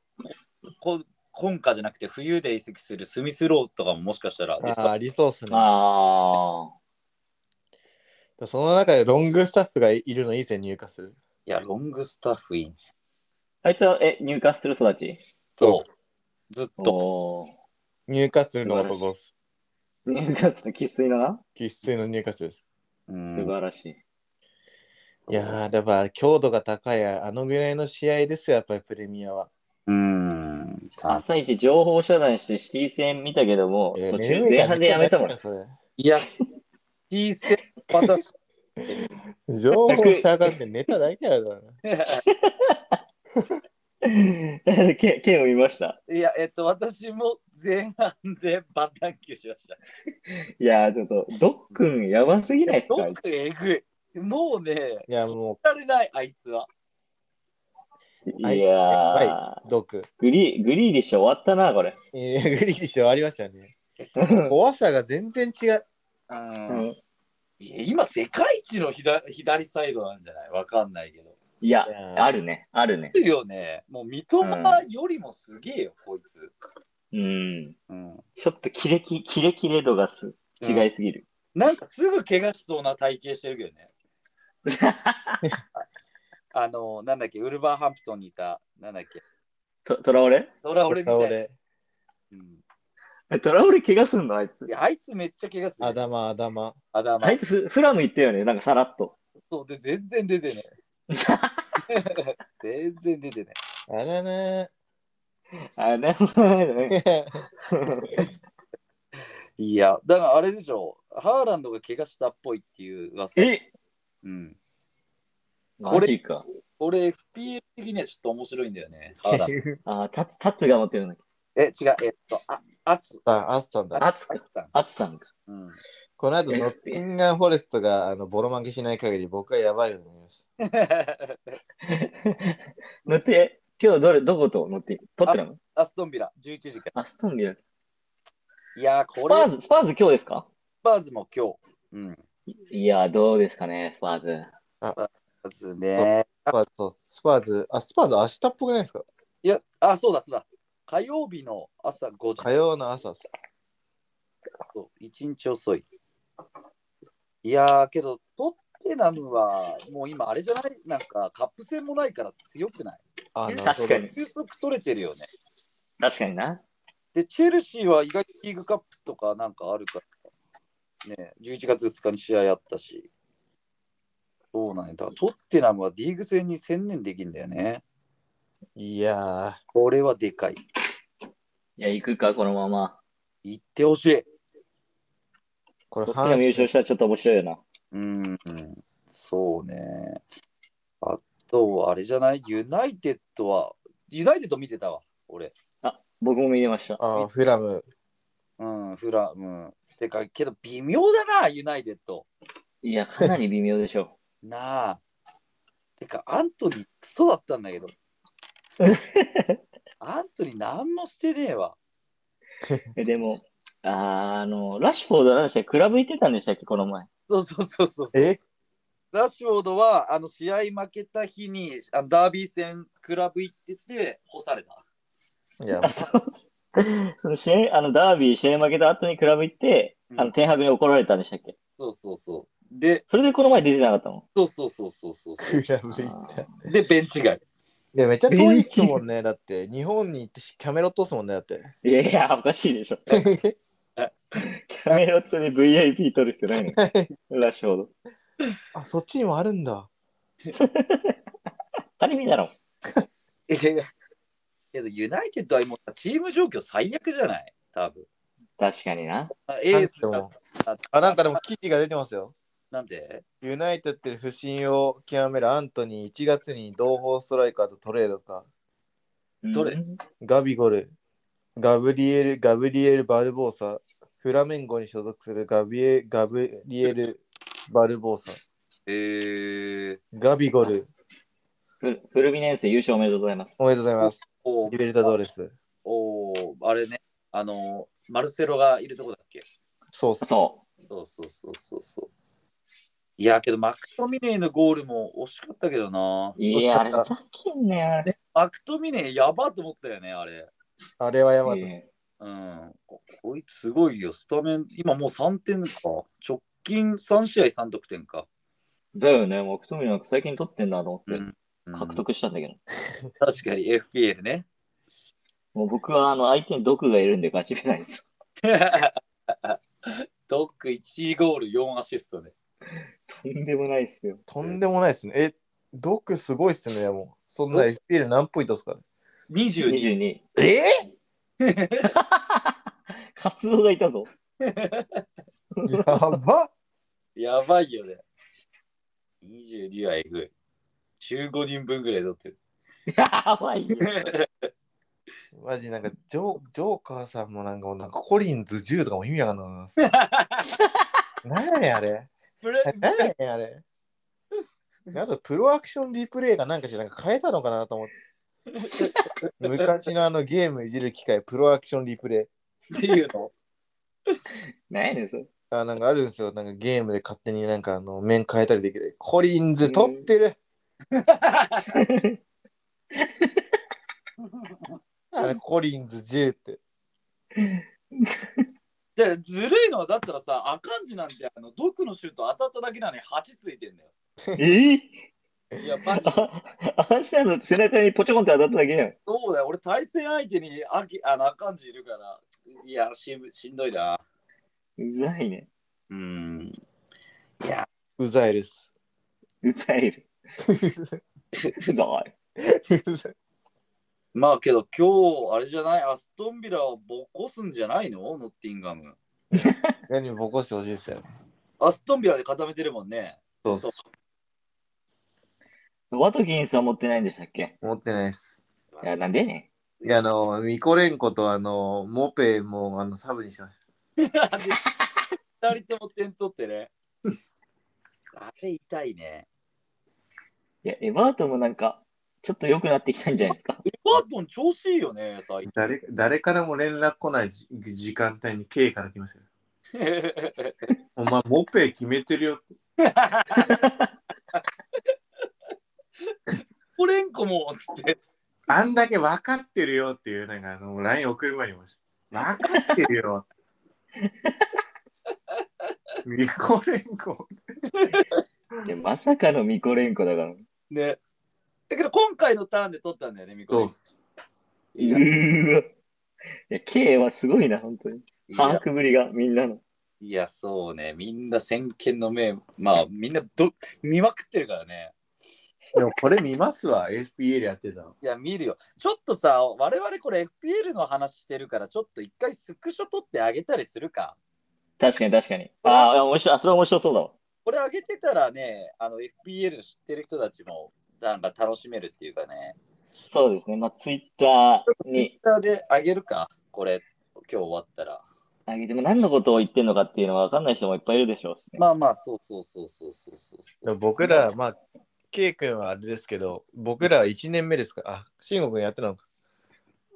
Speaker 4: こ今夏じゃなくて冬で移籍するスミスローとかももしかしたら、
Speaker 3: あーリソースね。
Speaker 5: ああ。
Speaker 3: その中でロングスタッフがいるのいい線入荷する。
Speaker 4: いや、ロングスタッフイン。
Speaker 5: あいつは、え、入荷する育ち
Speaker 4: そう。ずっと。
Speaker 5: おー
Speaker 3: 入荷するの男です。
Speaker 5: 入荷する生粋のな。
Speaker 3: 生粋の入荷するです。
Speaker 4: う
Speaker 5: 素
Speaker 4: ん、
Speaker 5: 晴らしい。
Speaker 3: いやー、だから強度が高い、あのぐらいの試合ですよ、やっぱりプレミアは。
Speaker 4: うん。さ
Speaker 5: 朝一情報遮断してシティ戦見たけども、
Speaker 3: えー
Speaker 5: 途
Speaker 3: 寝
Speaker 5: 中
Speaker 3: るん
Speaker 5: 前
Speaker 3: や
Speaker 5: 半でやめたもん。
Speaker 3: それ
Speaker 4: いや、小さい私
Speaker 3: 情報遮断って寝ただけやだな。
Speaker 5: け剣を見ました。
Speaker 4: いや、えっと、私も前半でバタンキューしました。
Speaker 5: いやー、ちょっと、ドックンやばすぎないっす
Speaker 4: ど
Speaker 5: か
Speaker 4: っくえぐい。もうね、
Speaker 3: いや、も
Speaker 4: やられない、あいつは。
Speaker 5: いやー、
Speaker 3: う、毒。
Speaker 5: グリーグリーリッシュ終わったな、これ。
Speaker 3: えー、グリーリッシュはありました ね。怖さが全然違う。
Speaker 4: う。
Speaker 5: うんん
Speaker 4: いや今、世界一の左左サイドなんじゃないわかんないけど。
Speaker 5: いや
Speaker 3: い、やー
Speaker 5: あるね、あるね。
Speaker 4: いいよね。もう三笘よりもすげえよ、こいつ。
Speaker 5: うん。
Speaker 4: うん。
Speaker 5: ちょっとキレキ、キレキレ度がす違いすぎる。
Speaker 4: なんかすぐ怪我しそうな体型してるけどね。 あの、なんだっけ、ウルバーハンプトンにいた、なんだっけ、
Speaker 5: とトラオレ
Speaker 4: トラオレみたいな。
Speaker 3: 俺。
Speaker 4: うん
Speaker 5: えトラオレ怪我すんのあいつ
Speaker 4: い。やあいつめっちゃ怪我する。
Speaker 3: 頭頭
Speaker 4: アダマ
Speaker 5: あいつフ、フラム行ったよね、なんかさらっと。
Speaker 4: そうで、全然出 てね。全然出てね。
Speaker 3: あだね
Speaker 5: あ、ね、
Speaker 3: ー。
Speaker 4: いや、だからあれでしょ、ハーランドが怪我したっぽいっていう噂。
Speaker 5: え
Speaker 4: うん。こ
Speaker 5: マ
Speaker 4: れ
Speaker 5: ジか。
Speaker 4: これ FPL 的にはちょっと面白いんだよね。ハーランド
Speaker 5: あ、タツ、タツが持ってるんだっけ
Speaker 4: え、違う、えっと、あ、アツ。
Speaker 3: あ、アスさんだ。
Speaker 5: アツ
Speaker 4: ア
Speaker 5: か
Speaker 4: ツ。さん
Speaker 5: アツさんか。
Speaker 4: うん。
Speaker 3: この後、ノッティンガンフォレストがあのボロ負けしない限り、僕はやばいと思います。
Speaker 5: 乗って、今日どれ、どこと乗って、トッテナム
Speaker 4: アストンビラ、11時から。
Speaker 5: アストンビラ。
Speaker 4: いやー、
Speaker 5: ス
Speaker 4: こ
Speaker 5: パ
Speaker 4: れ、
Speaker 5: ーズ、スパーズ今日ですか
Speaker 4: スパーズも今日。うん。
Speaker 5: いや、どうですかね、スパーズ。
Speaker 4: まずね。
Speaker 3: スパーズと、スパーズ、あ、スパーズ明日っぽくないですか
Speaker 4: いや、あ、そうだ、そうだ。火曜日の朝5時。
Speaker 3: 火曜の朝っす。
Speaker 4: そう一日遅い。いやー、けど、トッテナムは、もう今、あれじゃないなんか、カップ戦もないから強くない
Speaker 3: あ、
Speaker 4: え
Speaker 3: なるほ
Speaker 5: 確
Speaker 3: ど
Speaker 5: か。に、
Speaker 4: 休息取れてるよね。
Speaker 5: 確かにな。
Speaker 4: で、チェルシーは意外とリーグカップとかなんかあるから、ね、11月2日に試合あったし、そうなんや。だからトッテナムはリーグ戦に専念できんだよね。
Speaker 3: いや
Speaker 4: これはでかい。
Speaker 5: いや、行くか、このまま。
Speaker 4: 行ってほしい。
Speaker 3: ー、これ、
Speaker 5: トッテナム優勝したらちょっと面白いよな。
Speaker 4: うん、そうね。あとは、あれじゃないユナイテッドは、ユナイテッド見てたわ、俺。
Speaker 5: 僕も見れました。
Speaker 3: あー、フラム。
Speaker 4: うん、フラ、うん。てか、けど微妙だな、ユナイテッド。
Speaker 5: いや、かなり微妙でしょ
Speaker 4: なあ。てか、アントニー、クソだったんだ けど。アントニー、なんもしてねえわ。
Speaker 5: う。えでも、あーあの、ラッシュフォードなんでしたっけクラブ行ってたんでしたっけこの前。
Speaker 4: そうそうそうそう。
Speaker 3: え
Speaker 4: ラッシュフォードは、あの、試合負けた日に、あのダービー戦、クラブ行ってて、干された。
Speaker 3: いや、
Speaker 5: あそうその試合、あの、ダービー試合負けた後にクラブ行って、あの、天白に怒られたんでしたっけ
Speaker 4: そうそうそう。で、
Speaker 5: それでこの前出てなかったもん。
Speaker 4: そうそうそうそうそうそ。
Speaker 3: クラブ行った。いう
Speaker 4: で、ベンチ外。
Speaker 3: や、めっちゃ遠いっすもんね。だって、日本に行ってキャメロットっすもんね。だって。
Speaker 5: いやいや、おかしいでしょ。キャメロットで VIP 取る必要ないの。ラッシュほど。
Speaker 3: あ、そっちにもあるんだ。
Speaker 5: 当たり前だろ。
Speaker 4: いやいやけど、ユナイテッドはもうチーム状況最悪じゃない多分。
Speaker 5: 確かにな。
Speaker 4: あエース
Speaker 3: なん
Speaker 4: だ
Speaker 3: かあ、なんかでも記事が出てますよ。
Speaker 4: なんで
Speaker 3: ユナイテッドで不信を極めるアントニー、1月に同胞ストライカーとトレードか。
Speaker 4: どれ
Speaker 5: うん
Speaker 3: ガビゴル、ガブリエル、ガブリエル・バルボーサ、フラメンゴに所属するガビエガブリエル・バルボーサ、
Speaker 4: えー、
Speaker 3: ガビゴル、
Speaker 5: フフルミネンス優勝おめでとうございます。
Speaker 3: おめでとうございます。
Speaker 4: お
Speaker 3: リベルタドーレス。
Speaker 4: おーあれね、あの、マルセロがいるとこだっけ
Speaker 3: そうっす。
Speaker 5: そ
Speaker 4: そうそうそうそうそう。いや、けど、マクトミネイのゴールも惜しかったけどな。
Speaker 5: う。い や、あれ、ふざけんなよ。
Speaker 4: マクトミネイやばと思ったよね、あれ。
Speaker 3: あれはやばいです。
Speaker 4: うん。こいつすごいよ、スタメン。今もう3点か。直近3試合3得点か。
Speaker 5: だよね、もう、トミなんか最近取ってんだと
Speaker 4: う
Speaker 5: 思っ
Speaker 4: んう
Speaker 5: て、
Speaker 4: ん
Speaker 5: 獲得したんだけど。
Speaker 4: 確かに FPL ね。
Speaker 5: もう僕は、あの、相手に毒がいるんで勝ち目ないです。
Speaker 4: ドック1ゴール4アシストね。
Speaker 5: と んでもないっすよ。
Speaker 3: とんでもないですね。え、ドクすごいっすね、もう。そんな FPL 何ポイントっすかね。
Speaker 4: 22。
Speaker 5: 22。
Speaker 3: え
Speaker 5: カツオがいたぞ。
Speaker 3: ー、やば
Speaker 4: やばいよね。22はえぐい。15人分ぐらい取って る。
Speaker 5: や ばいよ。
Speaker 3: マジなんかジョー、ジョーカーさんもなんかもうなんかコリンズ10とかも意味わかんなくなります。何やねんあれ。
Speaker 4: プレ
Speaker 3: 何やねんあれ。あとプロアクションリプレイがなんかしらなんか変えたのかなと思って。昔のあのゲームいじる機械、プロアクションリプレイ。
Speaker 4: っていうの
Speaker 5: 何やねん、それ。
Speaker 3: あなんかあるんですよ。なんかゲームで勝手になんかあの面変えたりできる。コリンズ取ってる。あれコリンズ10って。
Speaker 4: でずるいのはだったらさ、アカンジなんてあの毒のシュート当たっただけなのに8ついてんだよ。
Speaker 5: え
Speaker 4: いや、マジ
Speaker 5: ああんなの背中にポチョコンって当たっただけやん。
Speaker 4: そうだよ。俺対戦相手にアキあのアカンジいるから。いや、しぶしんどいな。
Speaker 5: うざいね。
Speaker 4: うん。
Speaker 3: うざいです。
Speaker 5: うざい。うざい。
Speaker 3: うざい
Speaker 4: まあけど今日あれじゃないアストンビラはボコすんじゃないのノッティンガム。
Speaker 3: 何もぼこしてほしいですよね。
Speaker 4: アストンビラで固めてるもんね。
Speaker 3: そうそう。
Speaker 5: ワトキンスは持ってないんでしたっけ
Speaker 3: 持ってないです。
Speaker 5: いや、なんでやね
Speaker 3: いや、あの、ミコレンコとあの、モペもあのサブにしまし
Speaker 4: 2人とも点取ってね。あれ痛いね。
Speaker 5: ん。いや、エバートンもなんか、ちょっと良くなってきたんじゃないですか。
Speaker 4: エバートン調子いいよね、最
Speaker 3: た
Speaker 4: 近。。
Speaker 3: 誰誰からも連絡来ないじ時間帯に K から来ましたよ。お前、モペ決めてるよ。
Speaker 4: ポレンコもつって。
Speaker 3: あんだけ分かってるよっていう、なんかあの、LINE 送る前にもした。分かってる よ。ミコレンコ。
Speaker 5: いや、まさかのミコレンコだから。う
Speaker 4: ね。だけど今回のターンで取ったんだよね、ミコレンコ。いや
Speaker 5: ーわ。いや、K はすごいな、本当に。
Speaker 4: い
Speaker 5: 把
Speaker 4: や
Speaker 5: 握ぶりが、みんなの。
Speaker 4: いや、そうね。みんな先見の目、まあみんなど見まくってるからね。
Speaker 3: でもこれ見ますわ、SPL やってたの。
Speaker 4: いや、見るよ。ちょっとさ、我々これ FPL の話してるから、ちょっと一回スクショ取ってあげたりするか。
Speaker 5: 確かに確かに。ああ、面白い。あそれ面白そうだわ。
Speaker 4: これあげてたらね、あの FPL 知ってる人たちもなんか楽しめるっていうかね。
Speaker 5: そうですね。まあ、ツイッターに
Speaker 4: Twitter であげるか、これ、今日終わったら。
Speaker 5: あげても何のことを言ってんのかっていうのは分かんない人もいっぱいいるでしょうしね、
Speaker 4: まあまあ、そうそうそうそうそうそう
Speaker 3: でも僕ら、まあ、K 君はあれですけど、僕らは1年目ですから、あ、慎吾君やってたのか。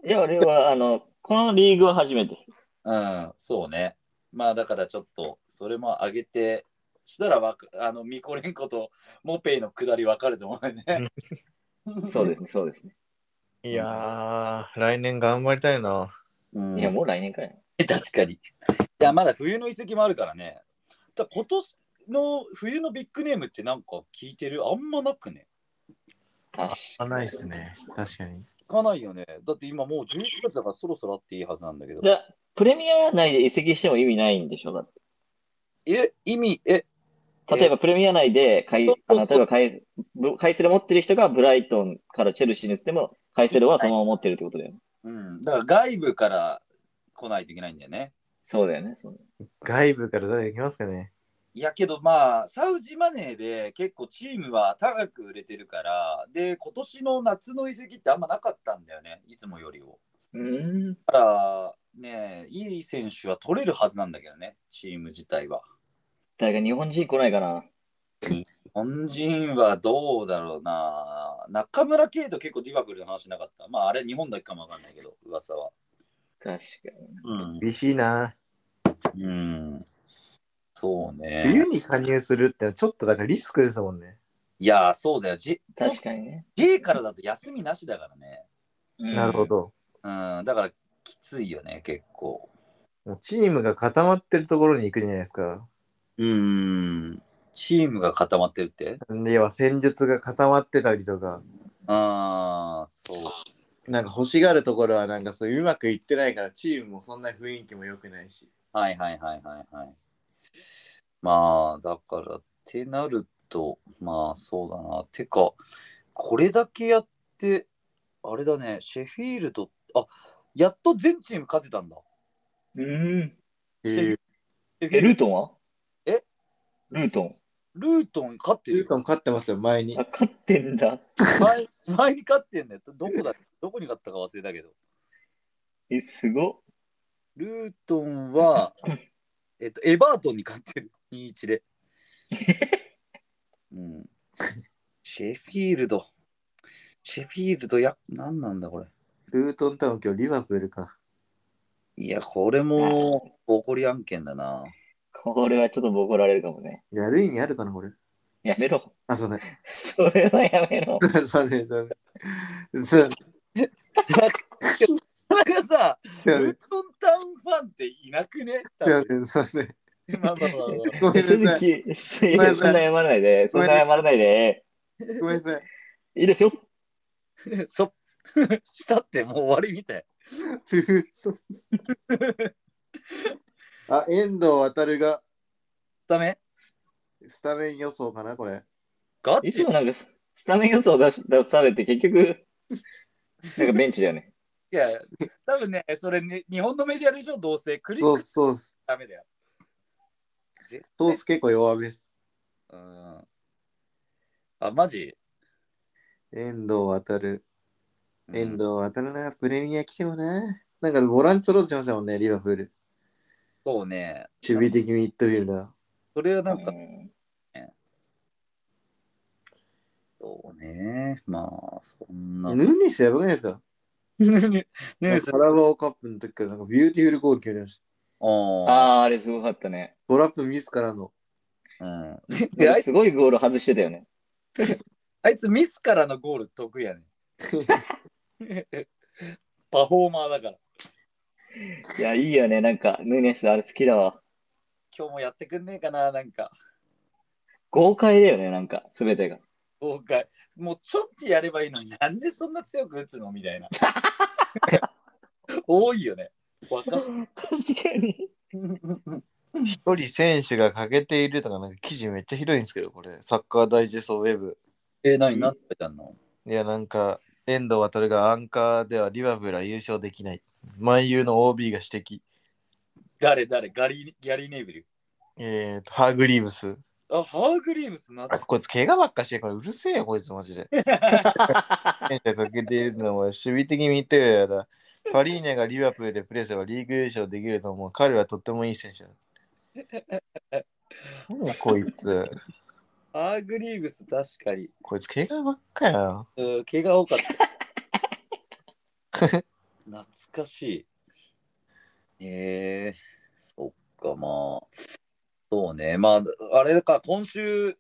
Speaker 5: いや、俺は、あの、このリーグは初めてです。
Speaker 4: うん、そうね。まあだからちょっと、それもあげて、したらわかあの、ミコレンコとモペイの下り分かると思うね。
Speaker 5: そうですね、そうですね。
Speaker 3: いやー、来年頑張りたいな。
Speaker 4: うん
Speaker 5: いや、もう来年かよ。
Speaker 4: 確かに。いや、まだ冬の遺跡もあるからね。だから今年、の冬のビッグネームってなんか聞いてるあんまなくね。
Speaker 3: あ、ないっすね。確かに。
Speaker 4: 聞かないよね。だって今もう11月だからそろそろあっていいはずなんだけど
Speaker 5: じ。ゃあプレミア内で移籍しても意味ないんでしょだって
Speaker 4: え、意味、え、
Speaker 5: 例えば、プレミア内で買い
Speaker 4: そう、
Speaker 5: あ
Speaker 4: そう
Speaker 5: の例えば買い、ブカイセル持ってる人がブライトンからチェルシーに移っても、カイセルはそのまま持ってるってことだよね。
Speaker 4: うん、だから外部から来ないといけないんだよね。
Speaker 5: そうだよね。そうだよね
Speaker 3: 外部から誰が来ますかね。
Speaker 4: いやけどまあ、サウジマネーで結構チームは高く売れてるから、で、今年の夏の移籍ってあんまなかったんだよね、いつもよりを。
Speaker 5: うーん。
Speaker 4: だから、ね、いい選手は取れるはずなんだけどね、チーム自体は。
Speaker 5: 誰か日本人来ないかな。
Speaker 4: 日本人はどうだろうな。中村圭と結構ディバブルの話なかった。まあ、あれ日本だけかもわかんないけど、噂は。
Speaker 5: 確かに。
Speaker 4: うん。
Speaker 3: 厳しいな。
Speaker 4: うん、そう
Speaker 3: 冬
Speaker 4: ね。
Speaker 3: に加入するってちょっとだからリスクですもんね。
Speaker 4: いや、そうだよ。じ
Speaker 5: 確かにね。
Speaker 4: J からだと休みなしだからね。
Speaker 5: うん
Speaker 3: なるほ。ど。
Speaker 4: うん、だからきついよね、結構。
Speaker 3: もうチームが固まってるところに行くじゃないですか。
Speaker 4: うん。チームが固まってるって
Speaker 3: では戦術が固まってたりとか、
Speaker 4: ああ、そう。
Speaker 3: なんか欲しがるところはなんかそううまくいってないから、チームもそんな雰囲気も良くないし。
Speaker 4: はいはいはいはいはい。まあ、だから、ってなると、まあそうだな。てか、これだけやって、あれだね、シェフィールド、あやっと全チーム勝てたんだ。
Speaker 5: うーん。
Speaker 4: えシェフィ
Speaker 5: え、
Speaker 4: ール
Speaker 5: ルートンは
Speaker 4: え
Speaker 5: ルートン。
Speaker 4: ルートン勝ってる
Speaker 3: ルー
Speaker 4: よ。
Speaker 3: トン勝ってますよ、前に
Speaker 5: あ、。勝ってんだ。
Speaker 4: 前前に勝ってんだよ。どこだどこに勝ったか忘れたけど。
Speaker 5: え、すごっ。
Speaker 4: ルートンは、えっと、エバートンに勝ってる、2-1で。うん、シェフィールド。シェフィールドや、何なんだこれ。
Speaker 3: ルートン多分今日リバプールか。
Speaker 4: いや、これも怒り案件だな。
Speaker 5: これはちょっとボコられるかもね。
Speaker 3: やる意味あるかな、これ。
Speaker 5: やめろ。
Speaker 3: あ、 そうね。
Speaker 5: それはやめろ。
Speaker 3: すいません、すいません。すいま
Speaker 4: それがさ、
Speaker 3: せ
Speaker 4: ル
Speaker 3: ん、
Speaker 4: ートンタウンファンっていなくね
Speaker 3: すいません、すいません。
Speaker 4: まあまあまあまあ
Speaker 3: ごめ
Speaker 5: 鈴
Speaker 3: んなさい。
Speaker 5: 木、そんな謝らないで。そんな謝らないで。
Speaker 3: ごめんなさい。
Speaker 5: いいですよ。
Speaker 4: そしたってもう終わりみたい。
Speaker 3: ふふそうあ、遠藤航が
Speaker 4: ダメ
Speaker 3: スタメン予想かな、これ。
Speaker 4: ガ
Speaker 5: い
Speaker 4: チ
Speaker 5: つもなんかススタメン予想出し出されて結 局、なんかベンチだよね。
Speaker 4: いや、多分ね、それね、日本のメディアでしょ、どうせ。クリッ
Speaker 3: ソー
Speaker 4: ク
Speaker 3: ス、ソース。
Speaker 4: ダメだよ。絶
Speaker 3: ソース結構弱めです。
Speaker 4: うん。あ、マジ
Speaker 3: 遠藤航。遠藤航な、プレミア来てもな。なんかボランチ揃ってましたもんね、リバプール。
Speaker 4: そうね。
Speaker 3: 守備的ミッドフィルダー。
Speaker 4: それはなん
Speaker 5: う
Speaker 4: か、
Speaker 5: ん
Speaker 4: そうね。まあ、そんな。
Speaker 3: ヌーネスやばくないですか
Speaker 4: ね
Speaker 3: なん
Speaker 4: え、
Speaker 3: か
Speaker 4: そ
Speaker 3: カラバオカップの時からなんかビューティフルゴール決めました。
Speaker 4: あ
Speaker 5: あー、あれすごかったね。
Speaker 3: トラップミスからの。
Speaker 4: あ。うん。で、 あいつ、
Speaker 5: すごいゴール外してたよね。
Speaker 4: あいつミスからのゴール得意やね。 パフォーマーだから。
Speaker 5: いや、いいよね。なんか、ヌーネス、あれ好きだわ。
Speaker 4: 今日もやってくんねえかな、なんか。
Speaker 5: 豪快だよね、なんか、すべてが。
Speaker 4: 豪快。もうちょっとやればいいのになんでそんな強く打つのみたい な。多いよね。わか
Speaker 5: 確かに。
Speaker 4: る。
Speaker 3: 一人選手が欠けているとか、なんか記事めっちゃひどいんですけど、これ。サッカーダイジェストウェブ。
Speaker 4: え、何、何てたの
Speaker 3: いや、なんか、遠藤航がアンカーではリバプールは優勝できない。万有の OB が指摘。
Speaker 4: 誰誰ガリギャリー・ネイビル。
Speaker 3: えーと、ハーグリーブス。
Speaker 4: あ、ハーグリームスな
Speaker 3: あ、こいつ怪我ばっかして、これうるせえよ、こいつマジ で。選手が欠けているのも守備的に見てるやだ。パリーニャがリバプールでプレーすればリーグ優勝できると思う。彼はとってもいい選手だ。何こいつ。
Speaker 4: ハーグリームス確かに。
Speaker 3: こいつ怪我ばっかや。
Speaker 4: うん、毛が多かった。 懐かしい。えー、そっか、まあ。そうね、まあ、あれか、今週、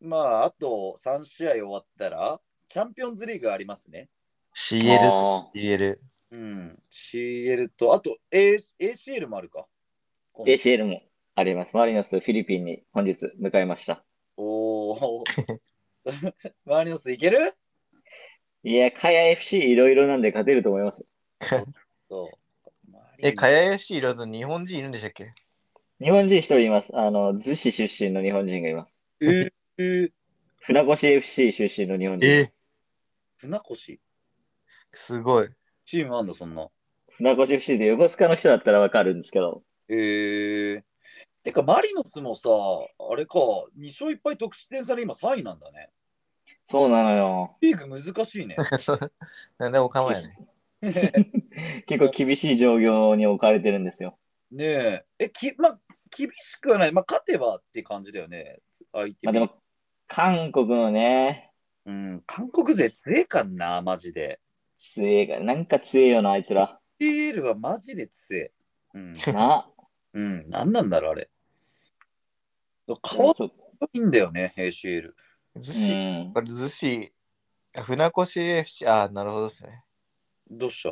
Speaker 4: まあ、あと3試合終わったら、チャンピオンズリーグありますね。
Speaker 3: CL、CL。
Speaker 4: うん、CL と、あと、A、ACL もあるか。
Speaker 5: ー ACL も。あります。マリノス、フィリピンに本日向かいました。
Speaker 4: おお。 マリノスいける
Speaker 5: いや、カヤ FC いろいろなんで勝てると思います。
Speaker 4: そう。マリノ
Speaker 3: え、
Speaker 4: ス
Speaker 3: かややしいろと日本人いるんでしたっけ
Speaker 5: 日本人一人います。あの、逗子出身の日本人がいます。
Speaker 4: えー、
Speaker 5: 船越 FC 出身の日本人。
Speaker 3: え、
Speaker 4: 船越
Speaker 3: すごい。
Speaker 4: チームあんだ、そんな。
Speaker 5: 船越 FC で横須賀の人だったらわかるんですけど。
Speaker 4: えー。てか、マリノスもさ、あれか、2勝1敗得失点差で今3位なんだね。
Speaker 5: そうなのよ。
Speaker 4: リーグ難しいね。
Speaker 3: なんでおかまやね。
Speaker 5: 結構厳しい状況に置かれてるんですよ。
Speaker 4: ねえ。え、きまあ、厳しくはない。まあ、勝てばって感じだよね。相手
Speaker 5: ま
Speaker 4: も
Speaker 5: あでも、韓国のね、
Speaker 4: うん、韓国勢強えかんな、マジで。
Speaker 5: 強えが、なんか強えよな、あいつら。
Speaker 4: PL はマジで強え。うん。
Speaker 5: な。
Speaker 4: うん、なんなんだろう、あれ。
Speaker 5: で
Speaker 4: かわ
Speaker 5: もそう
Speaker 4: いいんだよね、ACL。
Speaker 3: ず
Speaker 5: う
Speaker 3: し、
Speaker 5: ん
Speaker 3: あ。れずし、船越 FC、あー、なるほどですね。
Speaker 4: どうした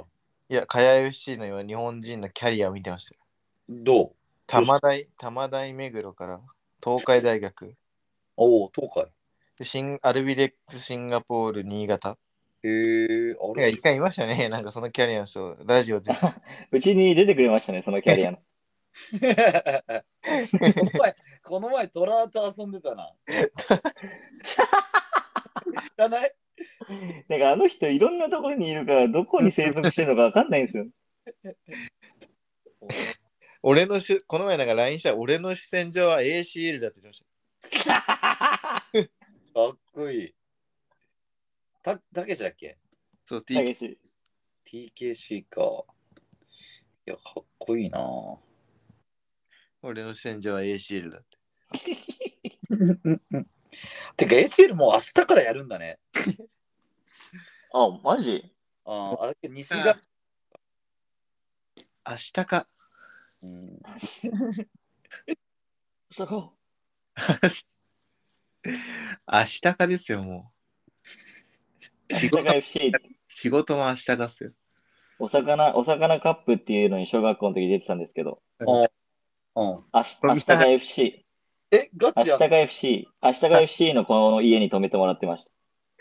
Speaker 3: いや、かや FC の今、日本人のキャリアを見てましたよ。
Speaker 4: どう
Speaker 3: 玉大、玉大目黒から、東海大学、
Speaker 4: おお、東海。
Speaker 3: でシンアルビレックスシンガポール、新潟。
Speaker 4: へえ、あ
Speaker 3: いや、
Speaker 4: れ
Speaker 3: 一回いましたね。 なんかそのキャリアの人、ラジオ で。
Speaker 5: うちに出てくれましたね、そのキャ リアの。
Speaker 4: この前、この前、トラと遊んでたな。知らない
Speaker 5: だからあの人いろんなところにいるから、どこに生息してるのかわかんないんですよ。
Speaker 3: 俺のし、この前なんか LINE したら、俺の視線上は ACL だって言ってました。
Speaker 4: かっこいい。た、たけしだっけ
Speaker 3: そう、T
Speaker 5: 激しい。
Speaker 4: ?TKC か。いや、かっこいいなぁ。
Speaker 3: 俺の視線上は ACL だって。
Speaker 4: てか ACL もう明日からやるんだね。
Speaker 5: あ、マジ
Speaker 4: あーあ、西が。
Speaker 3: 明日か。
Speaker 4: うん、
Speaker 5: そ
Speaker 3: 明日かですよ、もう。仕
Speaker 5: 大
Speaker 3: 事
Speaker 5: 阪 FC
Speaker 3: 仕事も明日かっすよ。
Speaker 5: お魚、お魚カップっていうのに小学校の時出てたんですけど、
Speaker 4: うん、
Speaker 5: 明日明日が FC、
Speaker 4: え、ガチ
Speaker 5: 明日
Speaker 4: やん。え
Speaker 5: が FC、明日が FC のこの家に泊めてもらってまし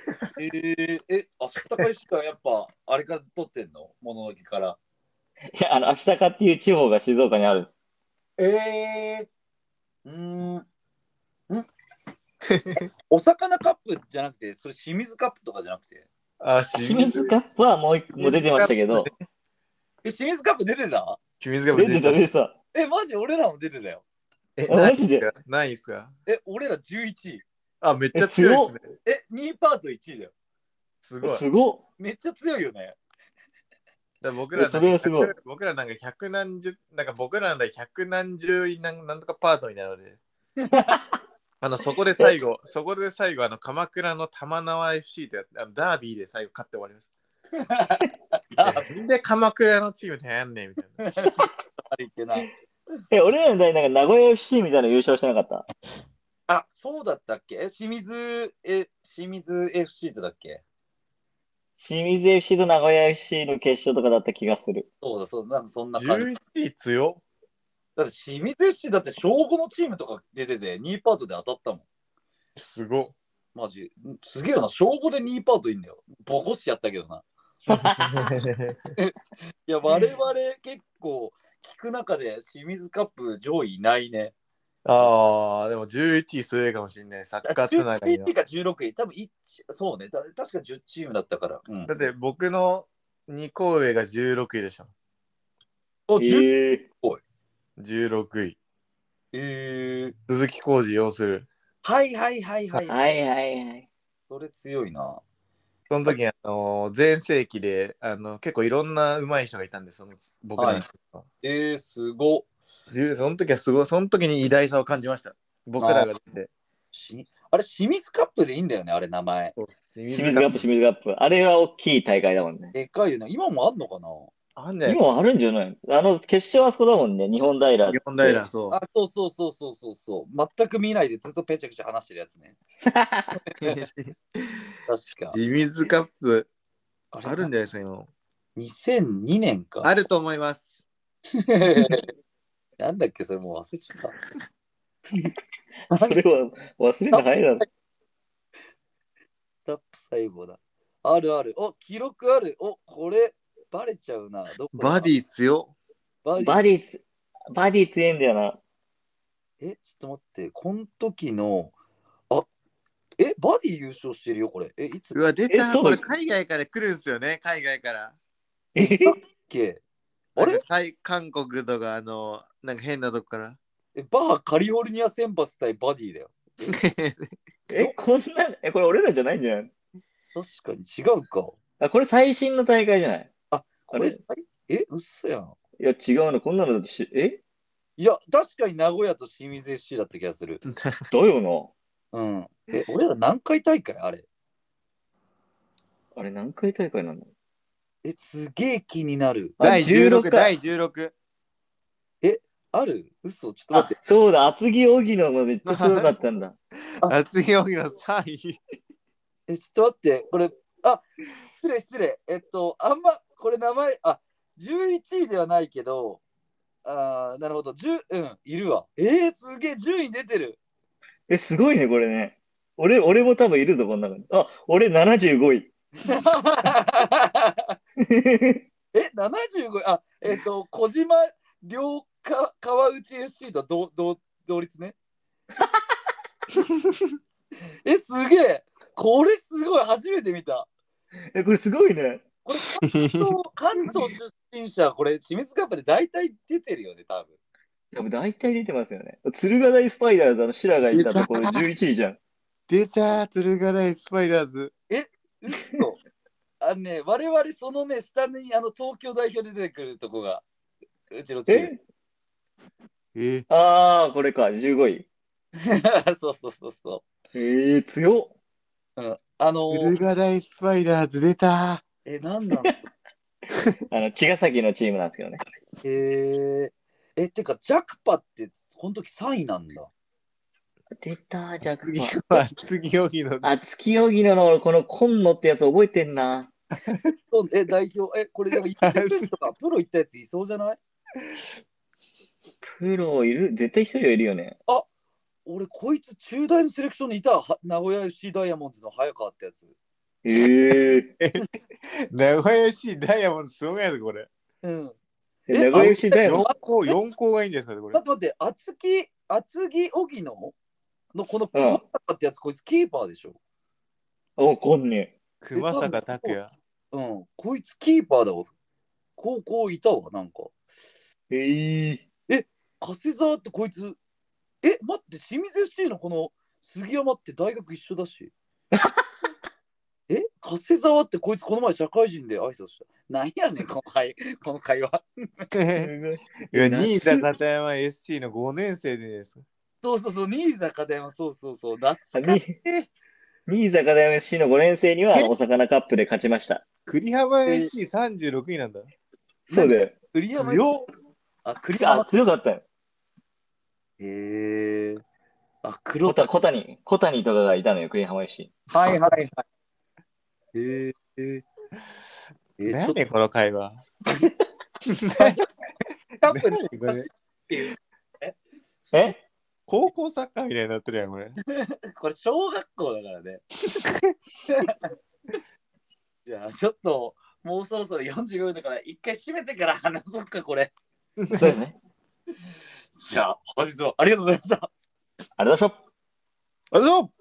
Speaker 5: た。
Speaker 4: ー、え、明日から石川やっぱ、あれから撮ってんのもののけから。
Speaker 5: いや、あの、明日かっていう地方が静岡にあるんです。
Speaker 4: えー、うーん。 んお魚カップじゃなくて、それ清水カップとかじゃなくて。
Speaker 3: あ、
Speaker 5: 清 水カップはもう一個もう出てましたけど、
Speaker 4: え、清水カップ出てた
Speaker 3: 清水が
Speaker 5: 出てた、出てた。
Speaker 4: え、マジ俺らも出てたよ。
Speaker 3: え
Speaker 5: あマジで
Speaker 3: ないですか
Speaker 4: え、俺ら11位。
Speaker 3: あ、めっちゃ強いですね。
Speaker 4: え、2パート1位だよ。
Speaker 3: すごい。
Speaker 5: すごっ。
Speaker 4: めっちゃ強いよね。
Speaker 3: だから僕らなんか
Speaker 5: それはすごい
Speaker 3: 僕らなんか百何十、なんか僕らなんか百何十位なんなんとかパートになるの で。あのそこで最後、 そこで最後、あの鎌倉の玉縄 FC であのダービーで最後勝って終わりまし た。なんで鎌倉のチームでやんねんみたいな。
Speaker 4: あれ言ってな。
Speaker 5: え、俺らの代、なんか名古屋 FC みたいなの優勝してなかった
Speaker 4: あ、そうだったっけえ、清水、え、清水 FC とだっけ
Speaker 5: 清水 FC と名古屋 FC の決勝とかだった気がする。
Speaker 4: そうだ、そうだ、なんかそんな感じ。
Speaker 3: 11位強っ
Speaker 4: だって清水 FC だって小5のチームとか出てて、2パートで当たったもん。
Speaker 3: す ごっ。
Speaker 4: マジ。んすげえな、小5で2パートいいんだよ。ボコしやったけどな。いや、我々結構聞く中で清水カップ上位いないね。
Speaker 3: ああ、でも11位強いかもしれない。サッカーつながり
Speaker 4: 11
Speaker 3: の
Speaker 4: 位。か16位。多分一そうね。だ確か10チームだったから。うん
Speaker 3: だっ。て僕の2個上が16位でしたも
Speaker 4: お、10
Speaker 5: ええ
Speaker 3: ん。16位。
Speaker 4: えー。
Speaker 3: 鈴木浩二要する。
Speaker 4: はいはいはいはい。
Speaker 5: はいはいはい。
Speaker 4: それ強いな。
Speaker 3: その時、あの、全盛期で、あの、結構いろんな上手い人がいたんで、その、僕らの人が、
Speaker 4: えー、すごっ。
Speaker 3: じゅその時はすごい、その時に偉大さを感じました。僕らが出て。
Speaker 4: しあれ、清水カップでいいんだよね、あれ、名前。
Speaker 3: そう
Speaker 5: 清水カップ、清水カップ。あれは大きい大会だもんね。
Speaker 4: でかいよね。今もあんのかな
Speaker 3: あんじゃないです
Speaker 5: 今
Speaker 3: か。
Speaker 5: はあるんじゃないあの、決勝あそこだもんね、日本平。
Speaker 3: 日本平、そう。
Speaker 4: あ、そうそうそうそうそうそう。全く見ないでずっとペチャクチャ話してるやつね。
Speaker 3: 清
Speaker 4: 確か。
Speaker 3: 水カップ、
Speaker 4: あ
Speaker 3: あるん
Speaker 4: だ。
Speaker 3: じゃないですか、今も。
Speaker 4: 2002年か。
Speaker 3: あると思います。
Speaker 4: なんだっけ、それもう忘れちゃった。
Speaker 5: それは忘れてないだろ。
Speaker 4: タップ細胞だ。あるある。お、記録ある。お、これ、バレちゃうな。どこだ
Speaker 3: バディ強
Speaker 4: バディ。
Speaker 5: バディつ、バディ強えんだよな。
Speaker 4: え、ちょっと待って。この時の、あ、え、バディ優勝してるよ、これ。え、いつ
Speaker 3: う
Speaker 4: だっ
Speaker 3: わ、出
Speaker 5: え
Speaker 3: た。
Speaker 5: そう
Speaker 3: これ海外から来るんすよね、海外から。
Speaker 4: けあれ
Speaker 3: タイ韓国とか、あの、なんか変なとこから。
Speaker 4: え、バハカリフォルニア選抜対バディだよ。
Speaker 5: え、こんな、え、これ俺らじゃないんじゃない
Speaker 4: 確かに違うか。
Speaker 5: あ、これ最新の大会じゃない
Speaker 4: あ、これ
Speaker 5: あれ、
Speaker 4: え、嘘やん。
Speaker 5: いや、違うの、こんなのだってし、え
Speaker 4: いや、確かに名古屋と清水 FC だった気がする。
Speaker 5: どうよ
Speaker 4: うん。え、俺ら何回大会あれ。
Speaker 5: な。あれ、何回大会なの
Speaker 4: え、すげえ気になる。
Speaker 5: あ
Speaker 3: 第16、
Speaker 5: 回
Speaker 3: 第16。
Speaker 4: ある嘘ちょっと
Speaker 5: あ
Speaker 4: 待って。、
Speaker 5: そうだ、厚木荻野のめっちゃ強かったんだ。
Speaker 3: 厚木荻野3位。
Speaker 4: え、ちょっと待って。これ、あ、失礼失礼。えっと、あんま、これ名前、あ、11位ではないけど、あーなるほど。10、うん、いるわ。えー、すげえ、順位出てる。
Speaker 5: え、すごいね、これね。俺、俺も多分いるぞ、この中に。あ、俺75位。
Speaker 4: え、75、あ、えっ、と、小島良か川内 FC と同同同率ね。え、すげえ。これすごい、初めて見た。
Speaker 5: え、これすごいね。
Speaker 4: これ関東、関東出身者、これ、清水カップで大体出てるよね、多分。
Speaker 5: 多分大体出てますよね。鶴ヶ大スパイダーズあの白がいたところ11位じゃん。
Speaker 3: 出た、鶴ヶ大スパイダーズ。
Speaker 4: うっと。あのね、我々そのね、下にあの東京代表で出てくるとこが、うちのチーム。
Speaker 5: え
Speaker 3: え
Speaker 5: ああ、これか、15位。
Speaker 4: そうそうそうそ
Speaker 5: えー、強っ。
Speaker 4: う。うん、あの
Speaker 3: ー、鶴
Speaker 4: ー、
Speaker 3: ヶ大スパイダーズ出た。
Speaker 4: え、なんなの
Speaker 5: あの、茅ヶ崎のチームなんですけどね。
Speaker 4: へえ。え、てか、ジャクパって、この時3位なんだ。
Speaker 5: 出た、じゃ あ、
Speaker 3: 次は厚木荻野。
Speaker 5: 厚木荻野のこの今野ってやつ覚えてんな。
Speaker 4: そうえ、代表、え、これ、 なんか、行ってる人とか、プロ行ったやついそうじゃない
Speaker 5: プロいる絶対一人はいるよね。
Speaker 4: 俺、こいつ、中大のセレクションにいた、は名古屋 FC ダイヤモンドの早川ってやつ。
Speaker 5: ええ
Speaker 3: 名古屋市ダイヤモンドすごいやつこれ。
Speaker 4: うん。
Speaker 5: ー。名古屋市だよ。
Speaker 3: 4校、四校がいいんですかねこれ
Speaker 4: 待っ。て待って、厚木、厚木荻野のこの、
Speaker 5: うん
Speaker 4: 熊坂ってやつ、こいつ、キーパーでしょ。
Speaker 5: お、こんね。
Speaker 3: 熊坂拓也。
Speaker 4: うん。こいつ、キーパーだわ。高校いたわ、なんか。
Speaker 5: ええ
Speaker 4: 加瀬沢って、こいつ、え、待って、清水 FC のこの、杉山って大学一緒 だし。え加瀬沢ってこいつこの前社会人で挨拶した。なんやねん、この会この会話。
Speaker 3: いや、新座片山 SC の5年生でです。
Speaker 4: そうそうそう、新坂でもそうそうそう、懐かしい。
Speaker 5: に新坂大 FC の5年生にはあのお魚カップで勝ちました。
Speaker 3: 栗浜 SC36 位なんだ。
Speaker 5: そうだよ。
Speaker 4: 栗山
Speaker 3: 強っ
Speaker 4: あ、栗
Speaker 5: あ、
Speaker 4: 山。
Speaker 5: 強かったよ。
Speaker 4: へえー。あ、黒
Speaker 5: 小
Speaker 4: 田。
Speaker 5: 田小谷、小谷とかがいたのよ、栗浜 FC。
Speaker 4: はいはいはい。えー、えー。えー、ちょ
Speaker 3: 何
Speaker 4: っと
Speaker 3: この会 話。
Speaker 4: 多分
Speaker 3: 何これ
Speaker 5: え
Speaker 3: 高校サッカーみたいになってるやん、こ れ。
Speaker 4: これ小学校だからね。 じゃあちょっともうそろそろ45分だから一回閉めてから話そうかこれ。
Speaker 5: そうですね。
Speaker 4: じゃあ本日もありがとうございました。
Speaker 5: ありがとうございました。
Speaker 3: あれぞ